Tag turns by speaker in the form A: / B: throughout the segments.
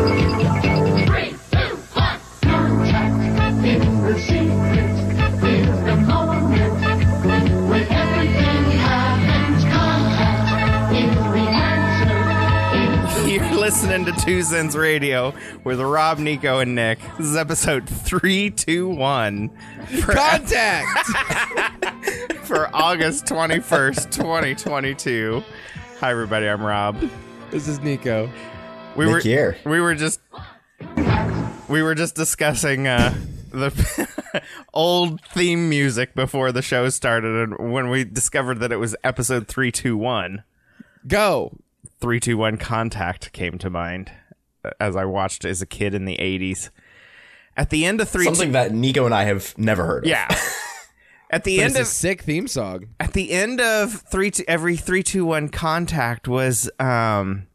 A: Three, two, one. Contact is the secret, is the moment. With everything happens, contact is the answer. Is
B: You're listening to Two Cents Radio with Rob, Nico, and Nick. This is episode 321 for,
C: Contact.
B: for August 21st, 2022. Hi, everybody. I'm Rob.
C: this is Nico.
B: We
D: Nick
B: were
D: here.
B: we were just we were just discussing uh, the old theme music before the show started, and when we discovered that it was episode 321.
C: Go.
B: 321 Contact came to mind uh, as I watched as a kid in the 80s. At the end of 3
D: Something that Nico and I have never heard of.
B: Yeah. At the
C: But
B: end
C: it's a
B: of
C: sick theme song.
B: at the end of 3 two, every 321 Contact was um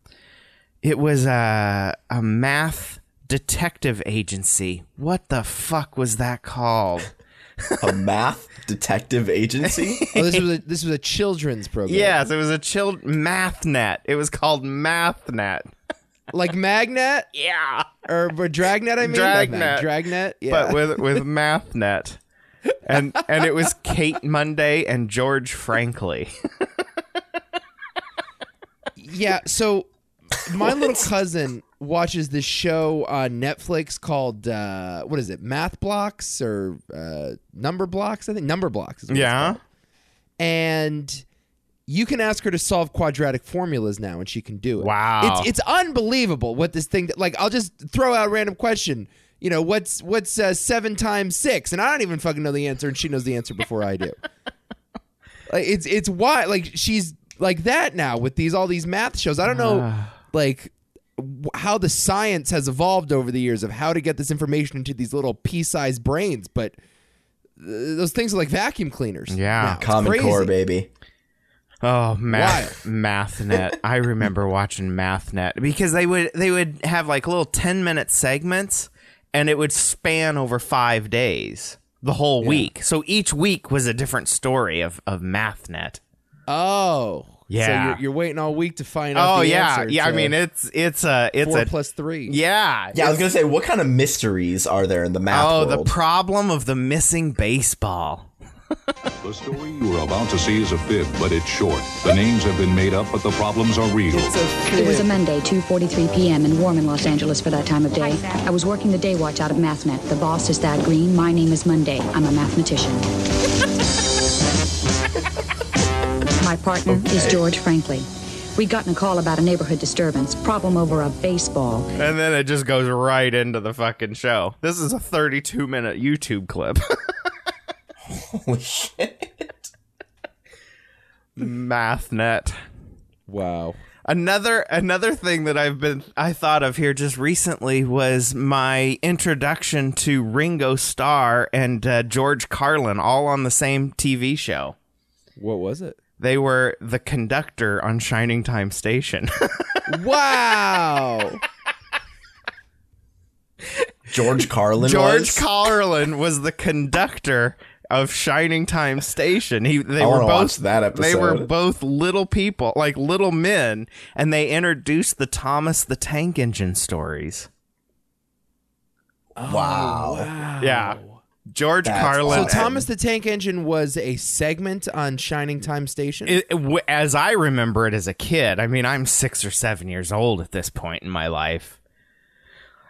B: it was a a math detective agency. What the fuck was that called?
D: A math detective agency?
C: Oh, this was a, this was a children's program.
B: yes, it was a child MathNet. It was called MathNet.
C: like Magnet
B: Yeah.
C: or, or Dragnet. I mean, Not Mag-
B: Dragnet.
C: Dragnet. Yeah.
B: but with with MathNet. And and it was Kate Monday and George Frankly.
C: yeah. So my little cousin watches this show on Netflix called uh, what is it? Math Blocks or uh, Number Blocks? I think Number Blocks. Is what it's
B: Yeah.
C: called. And you can ask her to solve quadratic formulas now, and she can do it.
B: Wow.
C: It's it's unbelievable what this thing that like I'll just throw out a random question. You know what's what's uh, seven times six, and I don't even fucking know the answer, and she knows the answer before I do. Like it's it's why like she's like that now with these all these math shows. I don't know
B: Ah.
C: like w- how the science has evolved over the years of how to get this information into these little pea-sized brains, but th- those things are like vacuum cleaners.
B: Yeah.
C: now. It's
D: Common
C: crazy.
D: Core, baby.
B: Oh, math, MathNet. I remember watching MathNet because they would they would have like little 10 minute segments and it would span over 5 days, the whole week. So each week was a different story of of MathNet.
C: Oh,
B: Yeah.
C: So you're, you're waiting all week to find out.
B: Oh
C: the
B: yeah.
C: answer
B: Yeah, I
C: to
B: mean it's it's a it's
C: four
B: a
C: plus three.
B: Yeah.
D: Yeah, I was going to say, what kind of mysteries are there in the math
B: Oh, the
D: world?
B: problem of the missing baseball.
E: The story you are about to see is a fib, but it's short. The names have been made up, but the problems are real.
F: It was a Monday, 2:43 p.m. and warm in Los Angeles for that time of day. I was working the day watch out of MathNet. The boss is Thad Green. My name is Monday. I'm a mathematician. My partner is George Frankly. We'd gotten a call about a neighborhood disturbance, problem over a baseball.
B: And then it just goes right into the fucking show. This is a 32 minute YouTube clip.
D: Holy shit.
B: MathNet.
C: Wow.
B: Another another thing that I've been I thought of here just recently was my introduction to Ringo Starr and uh, George Carlin all on the same TV show.
C: What was it?
B: They were the conductor on Shining Time Station.
C: Wow.
D: George Carlin
B: George
D: was?
B: Carlin was the conductor of Shining Time Station. He they
D: I
B: were
D: wanna
B: both
D: watch that
B: They were
D: episode.
B: both little people, like little men, and they introduced the Thomas the Tank Engine stories.
D: wow.
B: Yeah. George
D: That's
B: Carlin
C: so
D: awesome.
C: Thomas the Tank Engine was a segment on Shining Time Station.
B: it- w- as I remember it as a kid, I mean, I'm six or seven years old at this point in my life.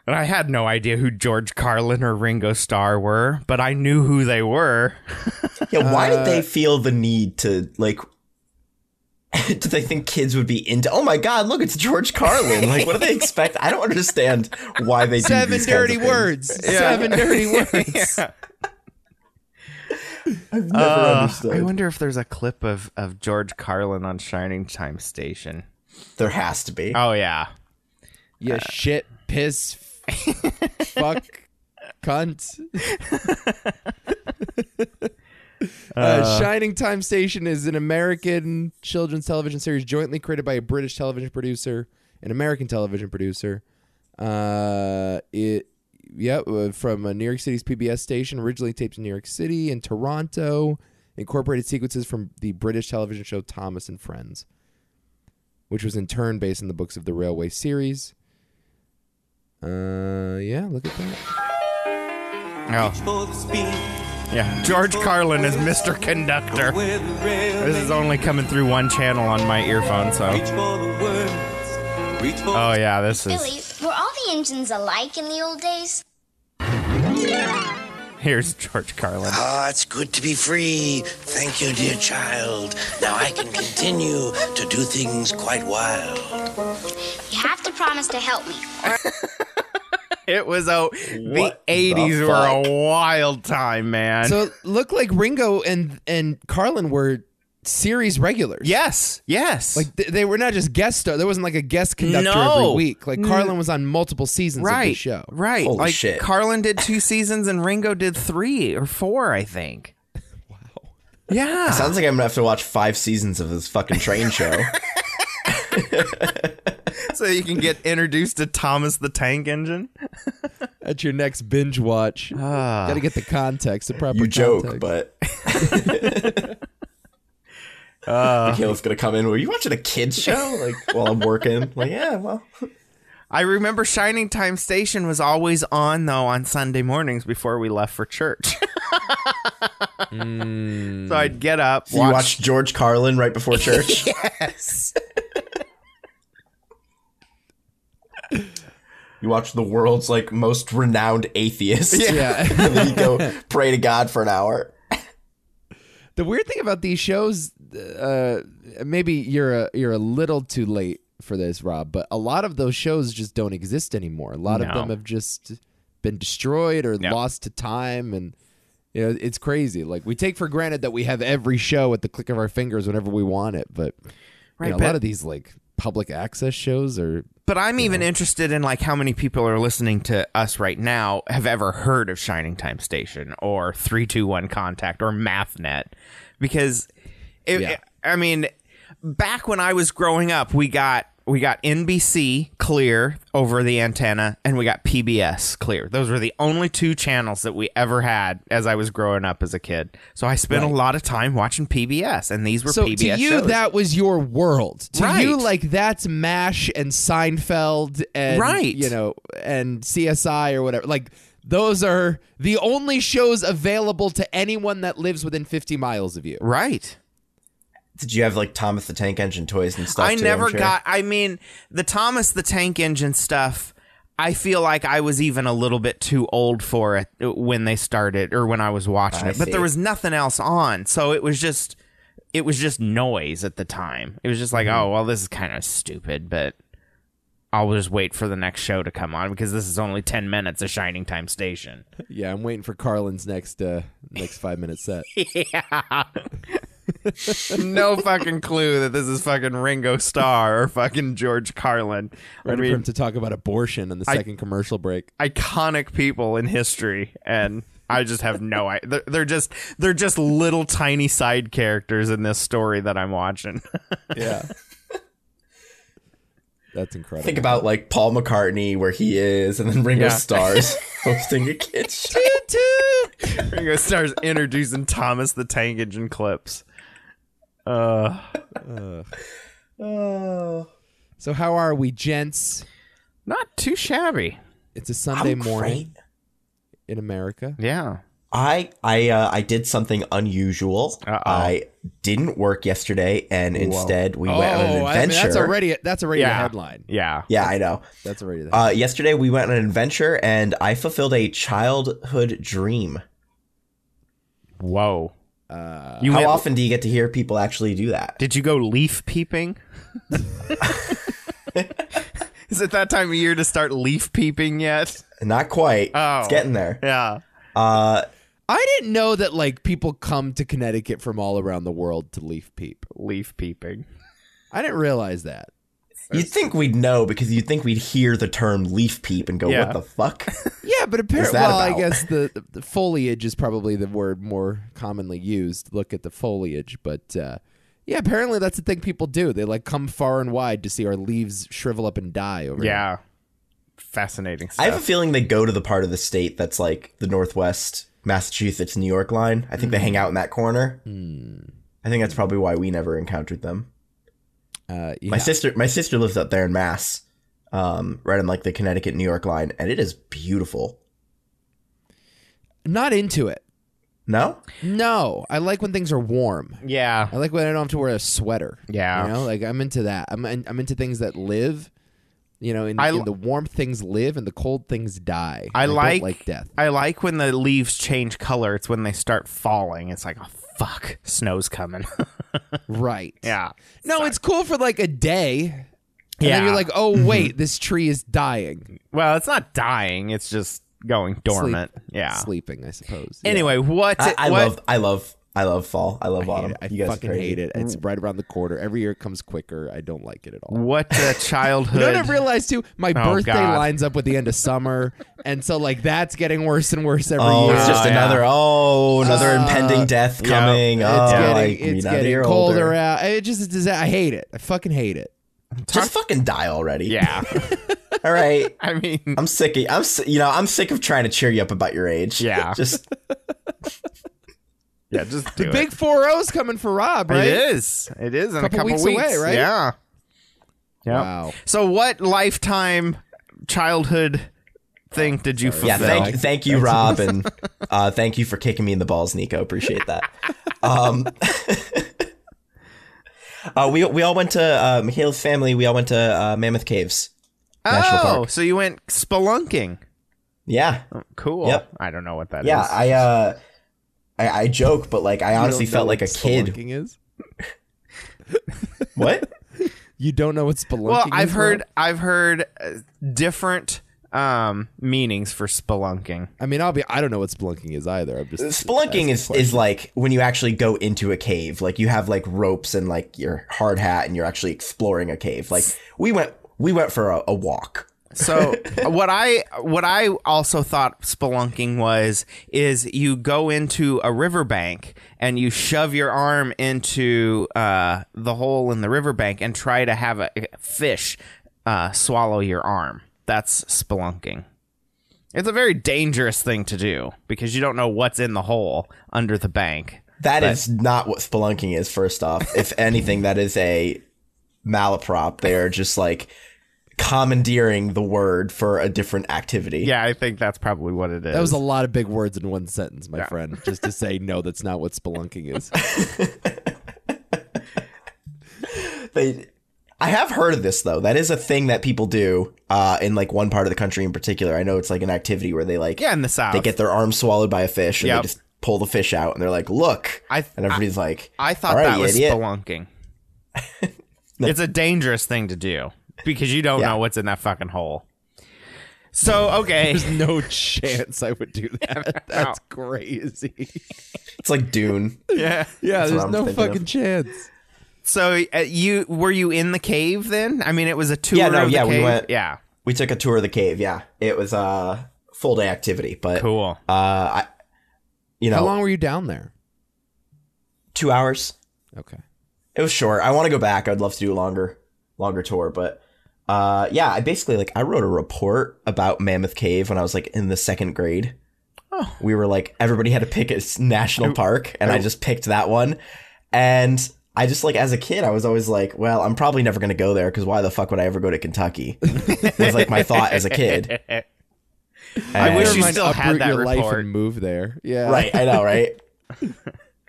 B: And I had no idea who George Carlin or Ringo Starr were, but I knew who they were.
D: Yeah, why did they feel the need to, like, did they think kids would be into? Oh my God! Look, it's George Carlin. Like, what do they expect? I don't understand why they do
C: Seven
D: these kinds of
C: dirty
D: things.
C: words. Seven dirty words.
D: I've never
B: Uh,
D: understood.
B: I wonder if there's a clip of, of George Carlin on Shining Time Station.
D: there has to be.
B: Oh, yeah.
C: You shit, piss, f- fuck, cunt. uh, Shining Time Station is an American children's television series jointly created by a British television producer, an American television producer. Uh, it yep, uh, from uh, New York City's PBS station, originally taped in New York City and Toronto, incorporated sequences from the British television show Thomas and Friends, which was in turn based on the books of the Railway series. Uh, yeah, look at that.
B: Oh, yeah. George Carlin is Mr. Conductor. This is only coming through one channel on my earphone, so. Oh, yeah, this is.
G: Billy, were all the engines alike in the old days?
B: Here's George Carlin.
H: Ah, it's good to be free. Thank you, dear child. Now I can continue to do things quite wild.
G: You have to promise to help me.
B: It was a. The
D: What the
B: 80s
D: fuck?
B: were a wild time, man.
C: So it looked like Ringo and and Carlin were series regulars.
B: yes, yes.
C: Like th- they were not just guest star. There wasn't like a guest conductor
B: No. Mm.
C: every week. Like Carlin was on multiple seasons of the
B: right.
C: show.
B: Right.
D: Holy
B: like
D: shit.
B: Carlin did two seasons and Ringo did three or four, I think. wow. Yeah.
D: Sounds like I'm gonna have to watch five seasons of this fucking train show.
B: so you can get introduced to Thomas the Tank Engine.
C: At your next binge watch,
B: Ah.
C: got to get the context, the proper
D: you joke,
C: context.
D: but
B: Uh,
D: Michaela's gonna come in. Were you watching a kids show? Like while I'm working? Like yeah, well,
B: I remember Shining Time Station was always on though on Sunday mornings before we left for church. So I'd get up,
D: so you watched George Carlin right before church. You watch the world's like most renowned atheist.
C: yeah.
D: and then you go pray to God for an hour.
C: the weird thing about these shows, uh, maybe you're a you're a little too late for this, Rob. But a lot of those shows just don't exist anymore. A lot of
B: No.
C: them have just been destroyed or lost to time, and you know it's crazy. Like we take for granted that we have every show at the click of our fingers whenever we want it, but you
B: Right,
C: know, a
B: but-
C: lot of these like public access shows are
B: but I'm even interested in like how many people are listening to us right now have ever heard of Shining Time Station or 321 Contact or MathNet because it,
C: Yeah.
B: I mean back when I was growing up we got we got NBC clear over the antenna and we got PBS clear. Those were the only two channels that we ever had as I was growing up as a kid. So I spent a lot of time watching PBS and these were
C: so
B: PBS
C: to you
B: shows.
C: that was your world to you
B: Right.
C: like that's mash and seinfeld and
B: Right.
C: you know and csi or whatever like those are the only shows available to anyone that lives within 50 miles of you
B: right.
D: Did you have like Thomas the Tank Engine toys and stuff?
B: I
D: too,
B: never
D: I'm sure?
B: got. I mean, the Thomas the Tank Engine stuff. I feel like I was even a little bit too old for it when they started or when I was watching
D: I
B: it. But
D: see.
B: there was nothing else on, so it was just it was just noise at the time. It was just like, oh well, this is kind of stupid, but I'll just wait for the next show to come on because this is only ten minutes of Shining Time Station.
C: yeah i'm waiting for carlin's next uh next five minute set
B: Yeah. no fucking clue that this is fucking Ringo Starr or fucking George Carlin.
C: Ready for him to talk about abortion in the second commercial break
B: iconic people in history and I just have no idea. They're, they're just they're just little tiny side characters in this story that I'm watching.
C: yeah that's
D: Think
C: incredible
D: about like Paul McCartney, where he is, and then Ringo
B: Yeah.
D: Starr Starr's hosting a kids show.
B: Ringo Starr's introducing Thomas the Tank Engine clips.
C: so how are we gents
B: Not too shabby.
C: it's a sunday morning
D: Great.
C: in america
B: Yeah.
D: I I uh, I did something unusual.
B: Uh-oh.
D: I didn't work yesterday, and instead we went on an
C: Oh, I mean,
D: adventure.
C: that's already that's already a
B: Yeah.
C: headline.
B: Yeah.
D: yeah, I know.
C: That's already the
D: Uh, yesterday we went on an adventure, and I fulfilled a childhood dream.
B: Whoa. Uh, you
D: How
B: went,
D: often do you get to hear people actually do that?
B: Did you go leaf peeping? is it that time of year to start leaf peeping yet?
D: Not quite.
B: Oh.
D: It's getting there.
B: Yeah.
D: Uh,
C: I didn't know that like people come to Connecticut from all around the world to leaf peep.
B: Leaf peeping.
C: I didn't realize that.
D: You'd think we'd know because you'd think we'd hear the term leaf peep and go,
B: Yeah.
D: what the fuck?
C: Yeah, but apparently,
D: that
C: well, I
D: about?
C: guess the, the, the foliage is probably the word more commonly used. Look at the foliage, but uh, yeah, apparently that's the thing people do. They like come far and wide to see our leaves shrivel up and die. Over
B: Yeah. fascinating
D: I have a
B: stuff.
D: feeling they go to the part of the state that's like the Northwest, Massachusetts, New York line. I think they hang out in that corner.
C: Hmm.
D: I think that's probably why we never encountered them.
C: Uh, yeah.
D: My sister, my sister lives up there in Mass, um, right on like the Connecticut New York line, and it is beautiful.
C: Not into it.
D: No,
C: No, I like when things are warm.
B: yeah.
C: I like when I don't have to wear a sweater.
B: Yeah.
C: you know, like I'm into that. I'm I'm into things that live. You know, in,
B: I
C: in
B: l-
C: the warm things live and the cold things die.
B: I
C: don't
B: like
C: like death.
B: I like when the leaves change color. It's when they start falling. It's like, oh fuck, snow's coming.
C: Right.
B: yeah.
C: No, it's cool for like a day. And
B: yeah. Mm-hmm.
C: then you're like, oh wait, this tree is dying.
B: well, it's not dying. It's just going dormant. Yeah.
C: Sleeping, I suppose. Yeah.
B: Anyway, what?
D: I, I
B: what-
D: love, I love, I love fall. I love
C: I hate
D: autumn.
C: it. I
D: you guys are
C: fucking
D: crazy. Mm.
C: hate it. It's right around the corner. Every year it comes quicker. I don't like it at all.
B: What uh,
C: You
B: childhood?
C: know what I realized too? My birthday
B: Oh, God.
C: lines up with the end of summer, and so like that's getting worse and worse every
D: Oh,
C: year.
D: it's just
B: Yeah.
D: another oh, another impending death
B: yeah.
D: coming. oh,
C: Uh, it's
D: like,
C: getting, it's
D: another
C: getting
D: year
C: colder
D: older.
C: out. It just is disa- I hate it. I fucking hate it.
D: Just fucking die already.
B: yeah.
D: All right.
B: I mean,
D: I'm sick. Of, I'm si- you know I'm sick of trying to cheer you up about your age.
B: Yeah.
D: Just
B: yeah. Just do it.
C: Big four O's coming for Rob, right?
B: It is. It is in
C: Couple
B: a couple
C: weeks
B: weeks,
C: away, right?
B: Yeah. Yeah.
C: Wow.
B: So, what lifetime childhood thing did you fulfill?
D: yeah. Thank thank you, Rob, and uh, thank you for kicking me in the balls, Nico. Appreciate that. Um, uh, we we all went to uh, Michael's family. We all went to uh, Mammoth Caves. National
B: oh,
D: Park.
B: so you went spelunking.
D: Yeah.
B: Cool.
D: Yep.
B: I don't know what that is.
D: Yeah. I uh, I, I joke, but like I honestly
C: You don't know
D: felt like a
C: what
D: kid.
C: spelunking Is.
D: What?
C: You don't know what spelunking
B: well,
C: is?
B: I've heard
C: Rob?
B: I've heard uh, different um, meanings for spelunking.
C: I mean, I'll be. I don't know what spelunking is either. I'm just
B: Uh,
D: Spelunking is, is like when you actually go into a cave. Like you have like ropes and like your hard hat and you're actually exploring a cave. Like we went we went for a, a walk.
B: So what I what I also thought spelunking was is you go into a riverbank and you shove your arm into uh, the hole in the riverbank and try to have a a fish uh, swallow your arm. That's spelunking. It's a very dangerous thing to do because you don't know what's in the hole under the bank.
D: That is not what spelunking is. First off, if anything, that is a malaprop. They are just like commandeering the word for a different activity.
B: Yeah, I think that's probably what it is.
C: That was a lot of big words in one sentence, my friend. Just to say, no, that's not what spelunking is.
D: They, I have heard of this though. That is a thing that people do uh, in like one part of the country in particular. I know it's like an activity where they like
B: yeah in the south.
D: they get their arm swallowed by a fish and
B: Yep.
D: they just pull the fish out and they're like, look.
B: I th-
D: and everybody's like,
B: I thought
D: "All right,
B: that
D: you
B: was
D: idiot."
B: spelunking. It's a dangerous thing to do because you don't
D: Yeah.
B: know what's in that fucking hole. So okay,
C: There's no chance I would do that. That's crazy.
D: It's like Dune.
B: yeah.
C: Yeah,
D: what
C: there's
D: I'm
C: no
D: thinking of.
C: fucking chance.
B: So uh, you were you in the cave then? I mean, it was a tour.
D: Yeah, no,
B: of the
D: yeah, we
B: cave?
D: went-
B: Yeah,
D: we took a tour of the cave. Yeah, it was a full day activity, but
B: cool.
D: uh, I, you know,
C: How long were you down there?
D: two hours.
C: Okay.
D: It was short. I want to go back. I'd love to do a longer, longer tour, but uh, yeah, I basically like I wrote a report about Mammoth Cave when I was like in the second grade.
B: Oh.
D: We were like everybody had to pick a s- national park, and I just picked that one. And I just like as a kid, I was always like, well, I'm probably never gonna go there because why the fuck would I ever go to Kentucky? it was like my thought as a kid.
B: I wish
D: And-
B: you
C: Never mind,
B: still had
C: uproot
B: that
C: your life
B: report.
C: and move there. Yeah.
D: right i know right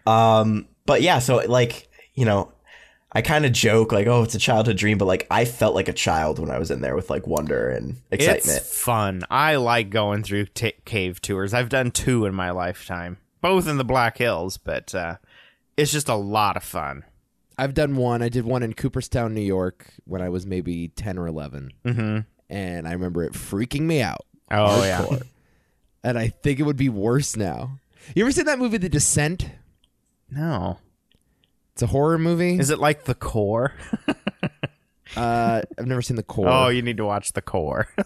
D: um but yeah so like you know i kind of joke like oh it's a childhood dream but like i felt like a child when i was in there with like wonder and excitement
B: It's fun. I like going through t- cave tours. I've done two in my lifetime, both in the Black Hills, but uh, it's just a lot of fun.
C: I've done one. I did one in Cooperstown, New York, when I was maybe ten or 11
B: Mm-hmm.
C: and I remember it freaking me out.
B: Oh yeah.
C: Hardcore. and I think it would be worse now. You ever seen that movie, The Descent?
B: No.
C: It's a horror movie.
B: Is it like the core?
C: Uh, I've never seen the core.
B: Oh, you need to watch the core.
C: but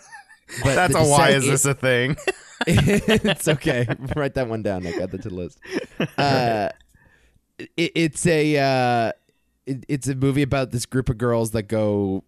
B: That's
C: The
B: a why
C: Descent
B: is this a thing?
C: it's okay. Write that one down. Nick. Add that to the list. Uh, it, it's a uh, it, it's a movie about this group of girls that go,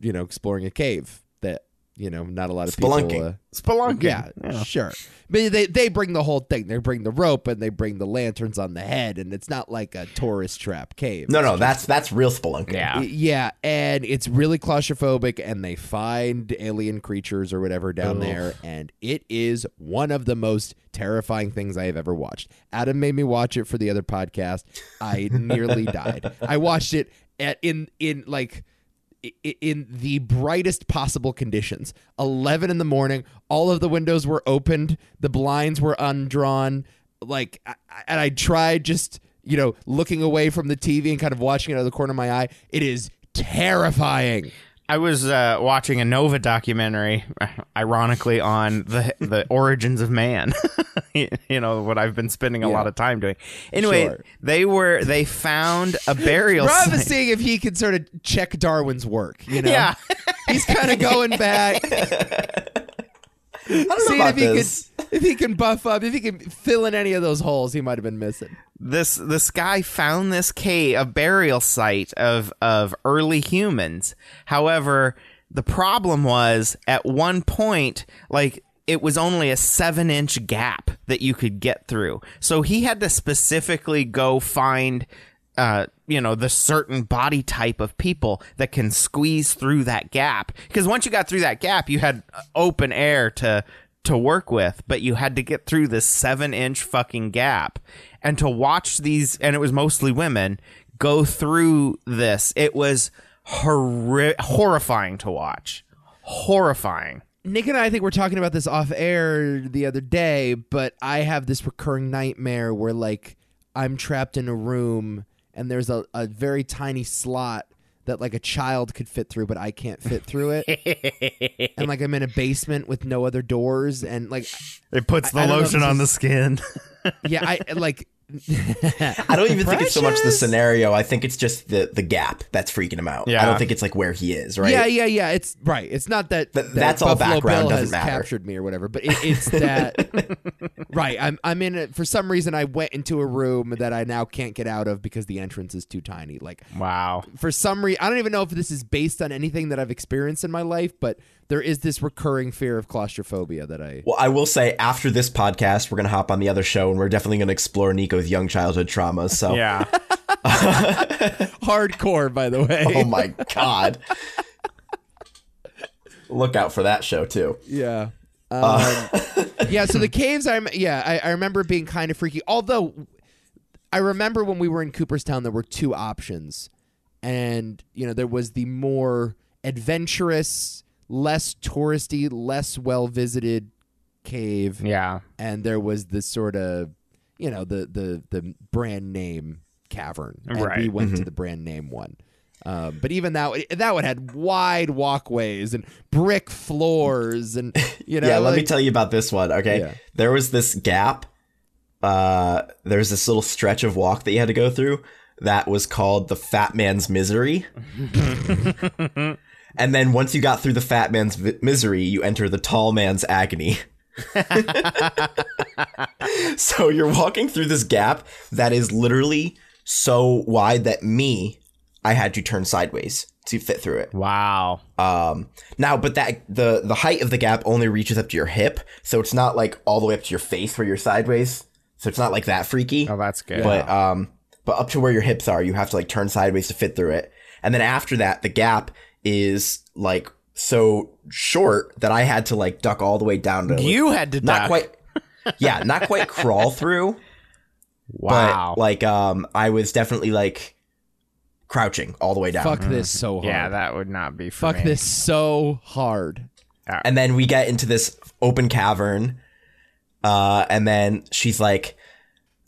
C: you know, exploring a cave that you know, not a lot of people.
D: Spelunking.
C: Uh,
B: Spelunking.
C: yeah, sure. But they they bring the whole thing. They bring the rope and they bring the lanterns on the head, and it's not like a tourist trap cave.
D: No, no, that's that's real spelunking.
B: Yeah.
C: Yeah, and it's really claustrophobic, and they find alien creatures or whatever down there, and it is one of the most terrifying things I have ever watched. Adam made me watch it for the other podcast. I nearly died. I watched it at in in like i- i- in the brightest possible conditions 11 in the morning all of the windows were opened the blinds were undrawn like I- I- and i tried just you know looking away from the tv and kind of watching it out of the corner of my eye it is terrifying
B: I was uh, watching a Nova documentary, ironically on the the origins of man. you know what I've been spending a lot of time doing. Anyway,
C: Sure.
B: they were they found a burial
C: Rob
B: site.
C: is seeing if he can sort of check Darwin's work, you know?
B: Yeah.
C: He's kind of going back,
D: I don't know
C: seeing if
D: about
C: he,
D: this.
C: can, if he can buff up, if he can fill in any of those holes he might have been missing.
B: this this guy found this cave, a burial site of of early humans. However, the problem was at one point, like it was only a seven inch gap that you could get through. So he had to specifically go find uh, you know, the certain body type of people that can squeeze through that gap. Because once you got through that gap, you had uh, open air to to work with, but you had to get through this seven inch fucking gap. And to watch these, and it was mostly women go through this, it was horri- horrifying to watch. Horrifying.
C: Nick and I, I think we're talking about this off air the other day, but I have this recurring nightmare where like I'm trapped in a room and there's a, a very tiny slot that like a child could fit through, but I can't fit through it. and like I'm in a basement with no other doors and like
B: It puts
C: I- I don't know if this is-
B: skin.
C: yeah, I like
D: I don't even think it's so much the scenario. I think it's just the the gap that's freaking him out.
B: Yeah.
D: I don't think it's like where he is, right?
C: Yeah, yeah, yeah. It's right. It's not that,
D: That-
C: that
D: that's all
C: Buffalo
D: background,
C: Bill
D: doesn't
C: has
D: matter.
C: captured me or whatever, but it, it's that right. I'm I'm in it for some reason. I went into a room that I now can't get out of because the entrance is too tiny. Like
B: Wow.
C: for some reason, I don't even know if this is based on anything that I've experienced in my life, but there is this recurring fear of claustrophobia that I.
D: Well, I will say after this podcast, we're gonna hop on the other show and we're definitely gonna explore Nico's young childhood traumas. So,
B: Yeah.
C: Hardcore, by the way.
D: oh my god, look out for that show too.
C: Yeah. Um,
B: Um,
C: yeah. So the caves. I'm. Yeah. I, I remember it being kind of freaky. Although, I remember when we were in Cooperstown, there were two options, and you know there was the more adventurous, less touristy, less well visited cave,
B: Yeah.
C: and there was this sort of, you know, the the the brand name cavern. And We
B: Right.
C: went to the brand name one. Um, but even that that one had wide walkways and brick floors and you know
D: yeah, let me
C: like-
D: tell you about this one. Okay,
C: Yeah.
D: there was this gap. Uh, there was this little stretch of walk that you had to go through that was called the Fat Man's Misery. and then once you got through the Fat Man's vi- Misery, you enter the Tall Man's Agony. so you're walking through this gap that is literally so wide that me, I had to turn sideways to fit through it.
B: Wow.
D: Um, now, but that the the height of the gap only reaches up to your hip, so it's not like all the way up to your face where you're sideways. So it's not like that freaky.
B: Oh, that's good.
D: But um, but up to where your hips are, you have to like turn sideways to fit through it. And then after that, the gap is like so short that I had to like duck all the way down to like,
B: you had to
D: not
B: duck.
D: quite. Yeah, not quite crawl through.
B: Wow.
D: But like um, I was definitely like crouching all the way down.
C: fuck this so hard.
B: yeah, that would not be for
C: fuck
B: me.
C: this so hard.
D: And then we get into this open cavern. Uh, and then she's like,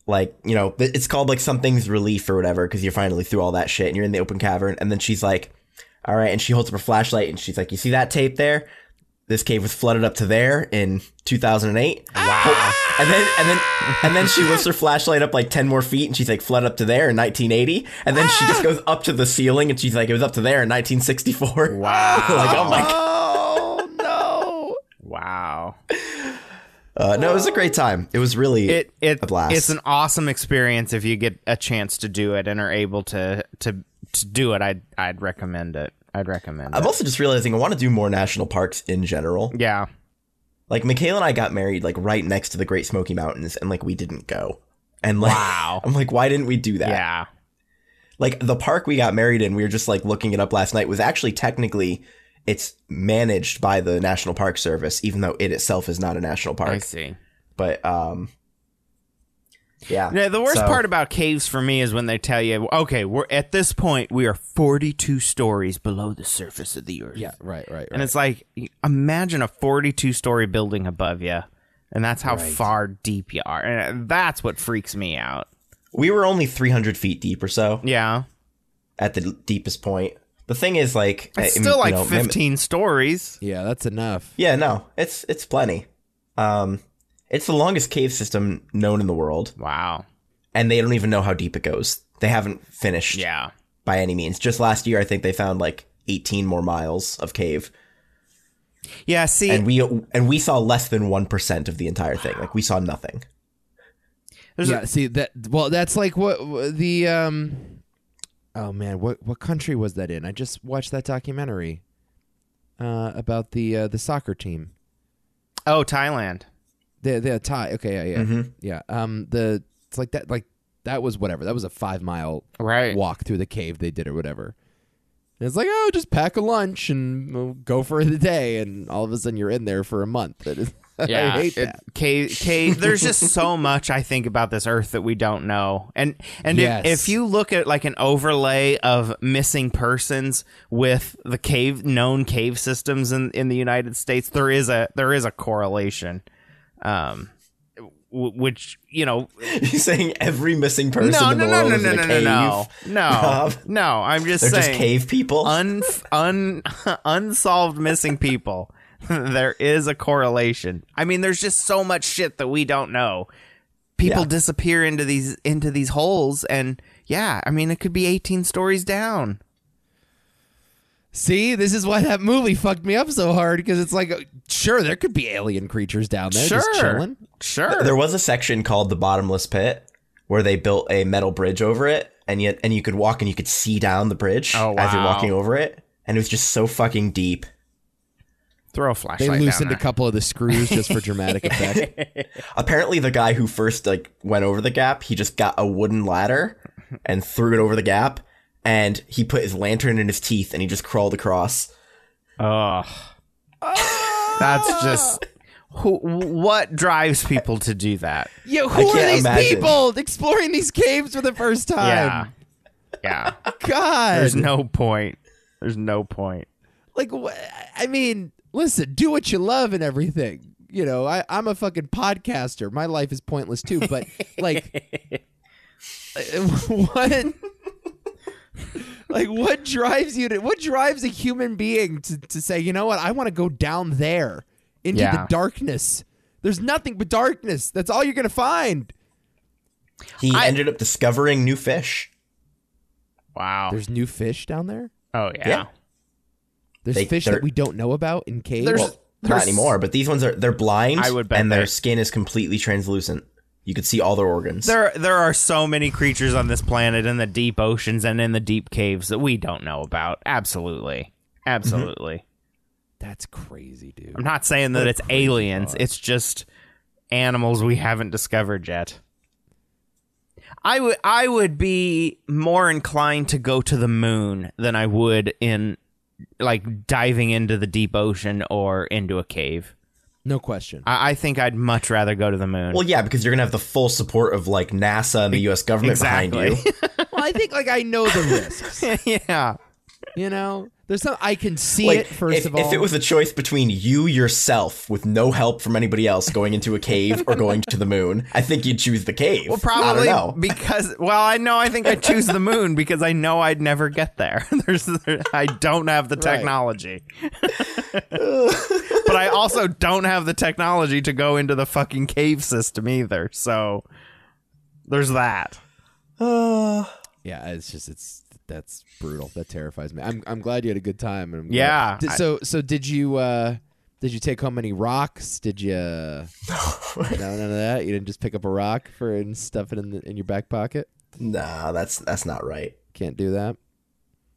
D: like, you know, th- it's called like something's relief or whatever, because you're finally through all that shit and you're in the open cavern. And then she's like, all right. And she holds up her flashlight and she's like, you see that tape there? This cave was flooded up to there in 2008. Wow. And then, and then, and then she lifts her flashlight up like 10 more feet and she's like, flooded up to there in 1980. And then she just goes up to the ceiling and she's like, it was up to there in 1964. Wow. like, oh my God.
C: Oh no.
B: Wow.
D: Uh, no, it was a great time. It was really
B: It it
D: a blast.
B: it's an awesome experience if you get a chance to do it and are able to to to do it. I'd I'd recommend it. I'd recommend.
D: I'm
B: it.
D: also just realizing I want to do more national parks in general.
B: Yeah.
D: Like Michaela and I got married like right next to the Great Smoky Mountains, and like we didn't go. And like,
B: Wow.
D: I'm like, why didn't we do that?
B: Yeah.
D: Like the park we got married in, we were just like looking it up last night. Was actually technically, it's managed by the National Park Service, even though it itself is not a national
B: I
D: park.
B: see.
D: But um, yeah.
B: Yeah, the worst
D: uh, So-
B: part about caves for me is when they tell you, okay, we're at this point, we are 42 stories below the surface of the earth.
C: Yeah, right, right, right.
B: And it's like, imagine a 42 story building above you, and that's how far deep you are. And uh, that's what freaks me out.
D: we were only 300 feet deep or so
B: Yeah.
D: at the deepest point. The thing is, like,
B: It's
D: I-
B: still
D: you
B: like
D: know, mem-
B: 15 stories.
C: yeah, that's enough.
D: Yeah, no, it's it's plenty. Um, it's the longest cave system known in the world,
B: Wow.
D: and they don't even know how deep it goes. They haven't finished
B: Yeah.
D: by any means. Just last year, I think they found like 18 more miles of cave,
B: Yeah, see,
D: and we and we saw less than one percent of the entire thing. Like we saw nothing.
B: there's
C: yeah, see that. Well, that's like what what the um. Oh man, what what country was that in? I just watched that documentary uh, about the uh, the soccer team.
B: a, oh, Thailand.
C: The the Thai. Okay, yeah, yeah,
B: Mm-hmm.
C: yeah. Um, the it's like that. Like that was whatever. That was a five mile
B: Right.
C: walk through the cave they did or whatever. And it's like, oh, just pack a lunch and we'll go for the day, and all of a sudden you're in there for a month. That is, I hate
B: it-
C: that.
B: Cave, cave. There's just so much I think about this Earth that we don't know, and and
C: Yes.
B: if, if you look at like an overlay of missing persons with the cave known cave systems in in the United States, there is a there is a correlation, um, w- which you know.
D: You're saying every missing person
B: No,
D: in
B: no,
D: the
B: no,
D: world
B: no,
D: is
B: no,
D: in a
B: no, no, no,
D: cave?
B: no,
D: Rob.
B: no. I'm just
D: They're
B: saying,
D: just cave people.
B: un, un unsolved missing people. there is a correlation. I mean, there's just so much shit that we don't know. People
D: Yeah.
B: disappear into these into these holes, and yeah, I mean, it could be 18 stories down.
C: See, this is why that movie fucked me up so hard because it's like, sure, there could be alien creatures down there just chilling.
B: sure.
D: There was a section called the bottomless pit where they built a metal bridge over it, and yet and you could walk and you could see down the bridge
B: Oh,
D: as you're
B: wow.
D: walking over it, and it was just so fucking deep.
B: Throw a
C: They
B: flashlight.
C: loosened a
B: down there.
C: couple of the screws just for dramatic effect.
D: Apparently, the guy who first like went over the gap, he just got a wooden ladder and threw it over the gap, and he put his lantern in his teeth and he just crawled across.
C: Ah!
B: That's just who. What drives people to do that?
C: Yeah, who are
D: can't
C: these
D: imagine.
C: people exploring these caves for the first
B: Yeah,
C: time?
B: yeah.
C: God,
B: There's no point. There's no point.
C: like wha- I mean, listen, do what you love and everything. You know, I, I'm a fucking podcaster. My life is pointless too, but like what like what drives you to what drives a human being to, to say, you know what, I want to go down there into
B: Yeah.
C: the darkness. There's nothing but darkness. That's all you're gonna find.
D: He
B: I-
D: ended up discovering new fish. Oh.
B: Wow.
C: There's new fish down there?
B: oh
D: Yeah.
C: There's
D: They-
C: fish
D: they're-
C: that we don't know about in caves.
B: There's-
D: Well, not anymore, but these ones are they're blind
B: I would bet
D: and their
B: they-
D: skin is completely translucent. You could see all their organs.
B: There, there are so many creatures on this planet in the deep oceans and in the deep caves that we don't know about. Absolutely, absolutely.
C: That's crazy, dude.
B: I'm not saying that it's aliens. It's just animals we haven't discovered yet. I would, I would be more inclined to go to the moon than I would in like diving into the deep ocean or into a cave.
C: No question.
B: I, I think I'd much rather go to the moon.
D: Well, yeah, because you're gonna have the full support of like NASA and the U.S. government behind you.
B: E Exactly.
C: Well, I think like I know the risks.
B: yeah.
C: You know, there's some I can see
D: Like,
C: it first
D: if,
C: of all.
D: if it was a choice between you yourself with no help from anybody else going into a cave or going to the moon, I think you'd choose the cave.
B: Well, probably
D: I don't know.
B: because well, I know I think I choose the moon because I know I'd never get there. There's I don't have the technology. but I also don't have the technology to go into the fucking cave system either. So there's that.
C: yeah, it's just it's that's brutal. That terrifies me. I'm I'm glad you had a good time. and I'm glad-
B: Yeah,
C: Did-
B: I-
C: so so did you uh did you take home any rocks? Did you no none of that? You didn't just pick up a rock for and stuff it in the, in your back pocket?
D: Nah, that's that's not right.
C: Can't do that.